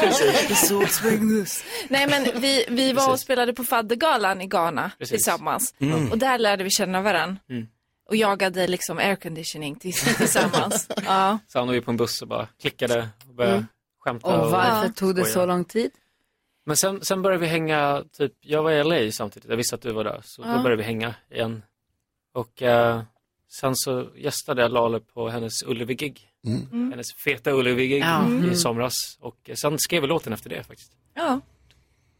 Precis. Vi sågs på en buss. Nej, men vi, vi var och spelade på faddergalan i Ghana Precis. tillsammans. Mm. Och där lärde vi känna varandra. Mm. Och jagade liksom airconditioning tills- tillsammans. ja. Så hamnade vi på en buss och bara klickade och började Mm. skämta. Och varför tog det skoja. så lång tid? Men sen, sen började vi hänga, typ, jag var i LA samtidigt, jag visste att du var där, så Ja. då började vi hänga igen. Och eh, sen så gästade jag Lale på hennes Ullevi-gig, Mm. Mm. hennes feta Ullevi-gig Ja. Mm. i somras. Och eh, sen skrev vi låten efter det faktiskt. Ja.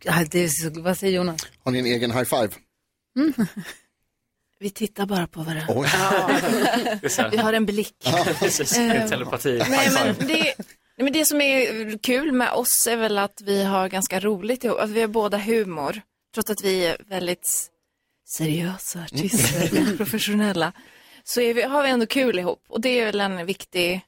Ja, det är så, vad säger Jonas? Har ni en egen high five? Vi tittar bara på varandra. Oj. Det är så här. Vi har en blick. Ja, precis. Eh, Telepati. Nej, men det, nej, men det som är kul med oss är väl att vi har ganska roligt ihop. Att vi har båda humor. Trots att vi är väldigt seriösa artister, professionella. Så är vi, har vi ändå kul ihop. Och det är väl en viktig...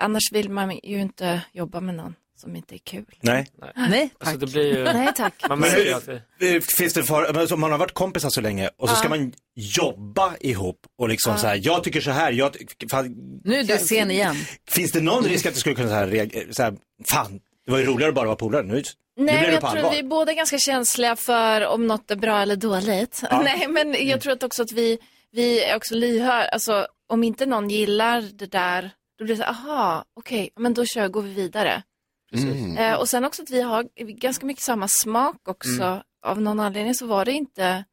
Annars vill man ju inte jobba med någon som inte är kul. Nej. Nej, tack. Alltså, det blir ju... Nej, tack. Man Men märker ju hur, att det... hur- finns det fara, men så man har varit kompisar så länge och så ska Ja. man jobba ihop och liksom Ja. så här, jag tycker så här, jag, ty- fan, Nu är du sen igen. finns det någon risk att du skulle kunna så här, reag- så här, fan, det var ju roligare att bara vara polare, nu, nu Nej, blir men det på jag tror allvar. att vi är båda ganska känsliga för om något är bra eller dåligt. Ja. Mm. Nej, men jag tror att också att vi, vi är också lyhör. Alltså, om inte någon gillar det där, då blir det så här, aha, okej, men då kör, går vi vidare. Mm. Eh, och sen också att vi har ganska mycket samma smak också. Mm. Av någon anledning så var det inte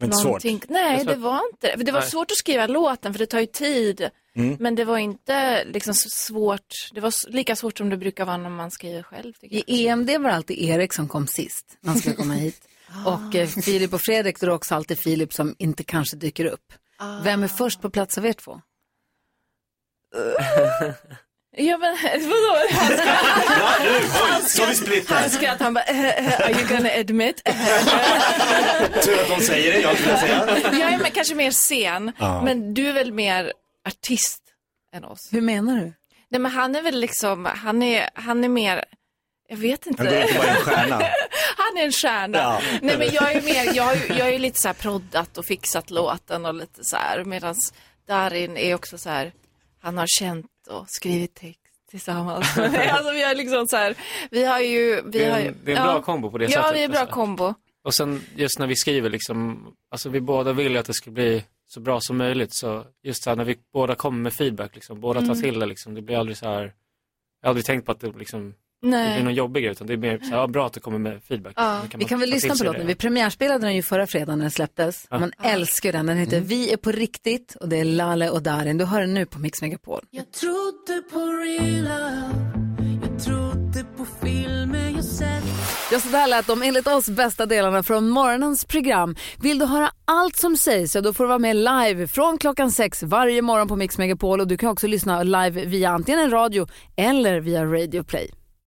Men det är svårt. någonting. Nej, det var inte det. För Det var Nej. svårt att skriva låten för det tar ju tid. Mm. Men det var inte liksom så svårt. Det var s- lika svårt som det brukar vara när man skriver själv. Tycker jag. I EMD var det alltid Erik som kom sist när han skulle komma hit. Och eh, Filip och Fredrik, då är det också alltid Filip som inte kanske dyker upp. Ah. Vem är först på plats av er två? Ja men vadå? Han skratt- Ska vi splitta? Han skratt, han bara eh, eh, are you gonna admit? Eh, Tur att de säger det, jag skulle säga. jag är med, kanske mer sen, Ja. men du är väl mer artist än oss? Hur menar du? Nej men han är väl liksom, han är, han är mer Jag vet inte. Han går runt och bara är en stjärna. Han är en stjärna. Ja. Nej men jag är ju mer, jag, har ju- jag är ju lite så här proddat och fixat låten och lite så här. Medan Darin är också så här, han har känt och skrivit text tillsammans. alltså vi har liksom så här, vi har ju, vi Det är en- har ju. det är en bra kombo på det ja, Ja sättet, vi är en bra alltså. kombo. Och sen just när vi skriver liksom, alltså vi båda vill ju att det ska bli så bra som möjligt. Så just så här när vi båda kommer med feedback liksom, båda tar Mm. till det liksom. Det blir aldrig så här, jag har aldrig tänkt på att det liksom, det Nej. blir någon jobbig grej, utan det är mer så här, ja, bra att det kommer med feedback. Ja, vi kan väl lyssna på låten. Vi premiärspelade den ju förra fredagen när den släpptes. Ja. Man älskar den. Den heter Vi är på riktigt och det är Lale och Darin. Du hör den nu på Mix Megapol. Jag trodde på real love Jag trodde på filmer jag sett Ja, så där lät de enligt oss bästa delarna från morgonens program. Vill du höra allt som sägs så då får du vara med live från klockan sex varje morgon på Mix Megapol och du kan också lyssna live via antingen en radio eller via Radio Play.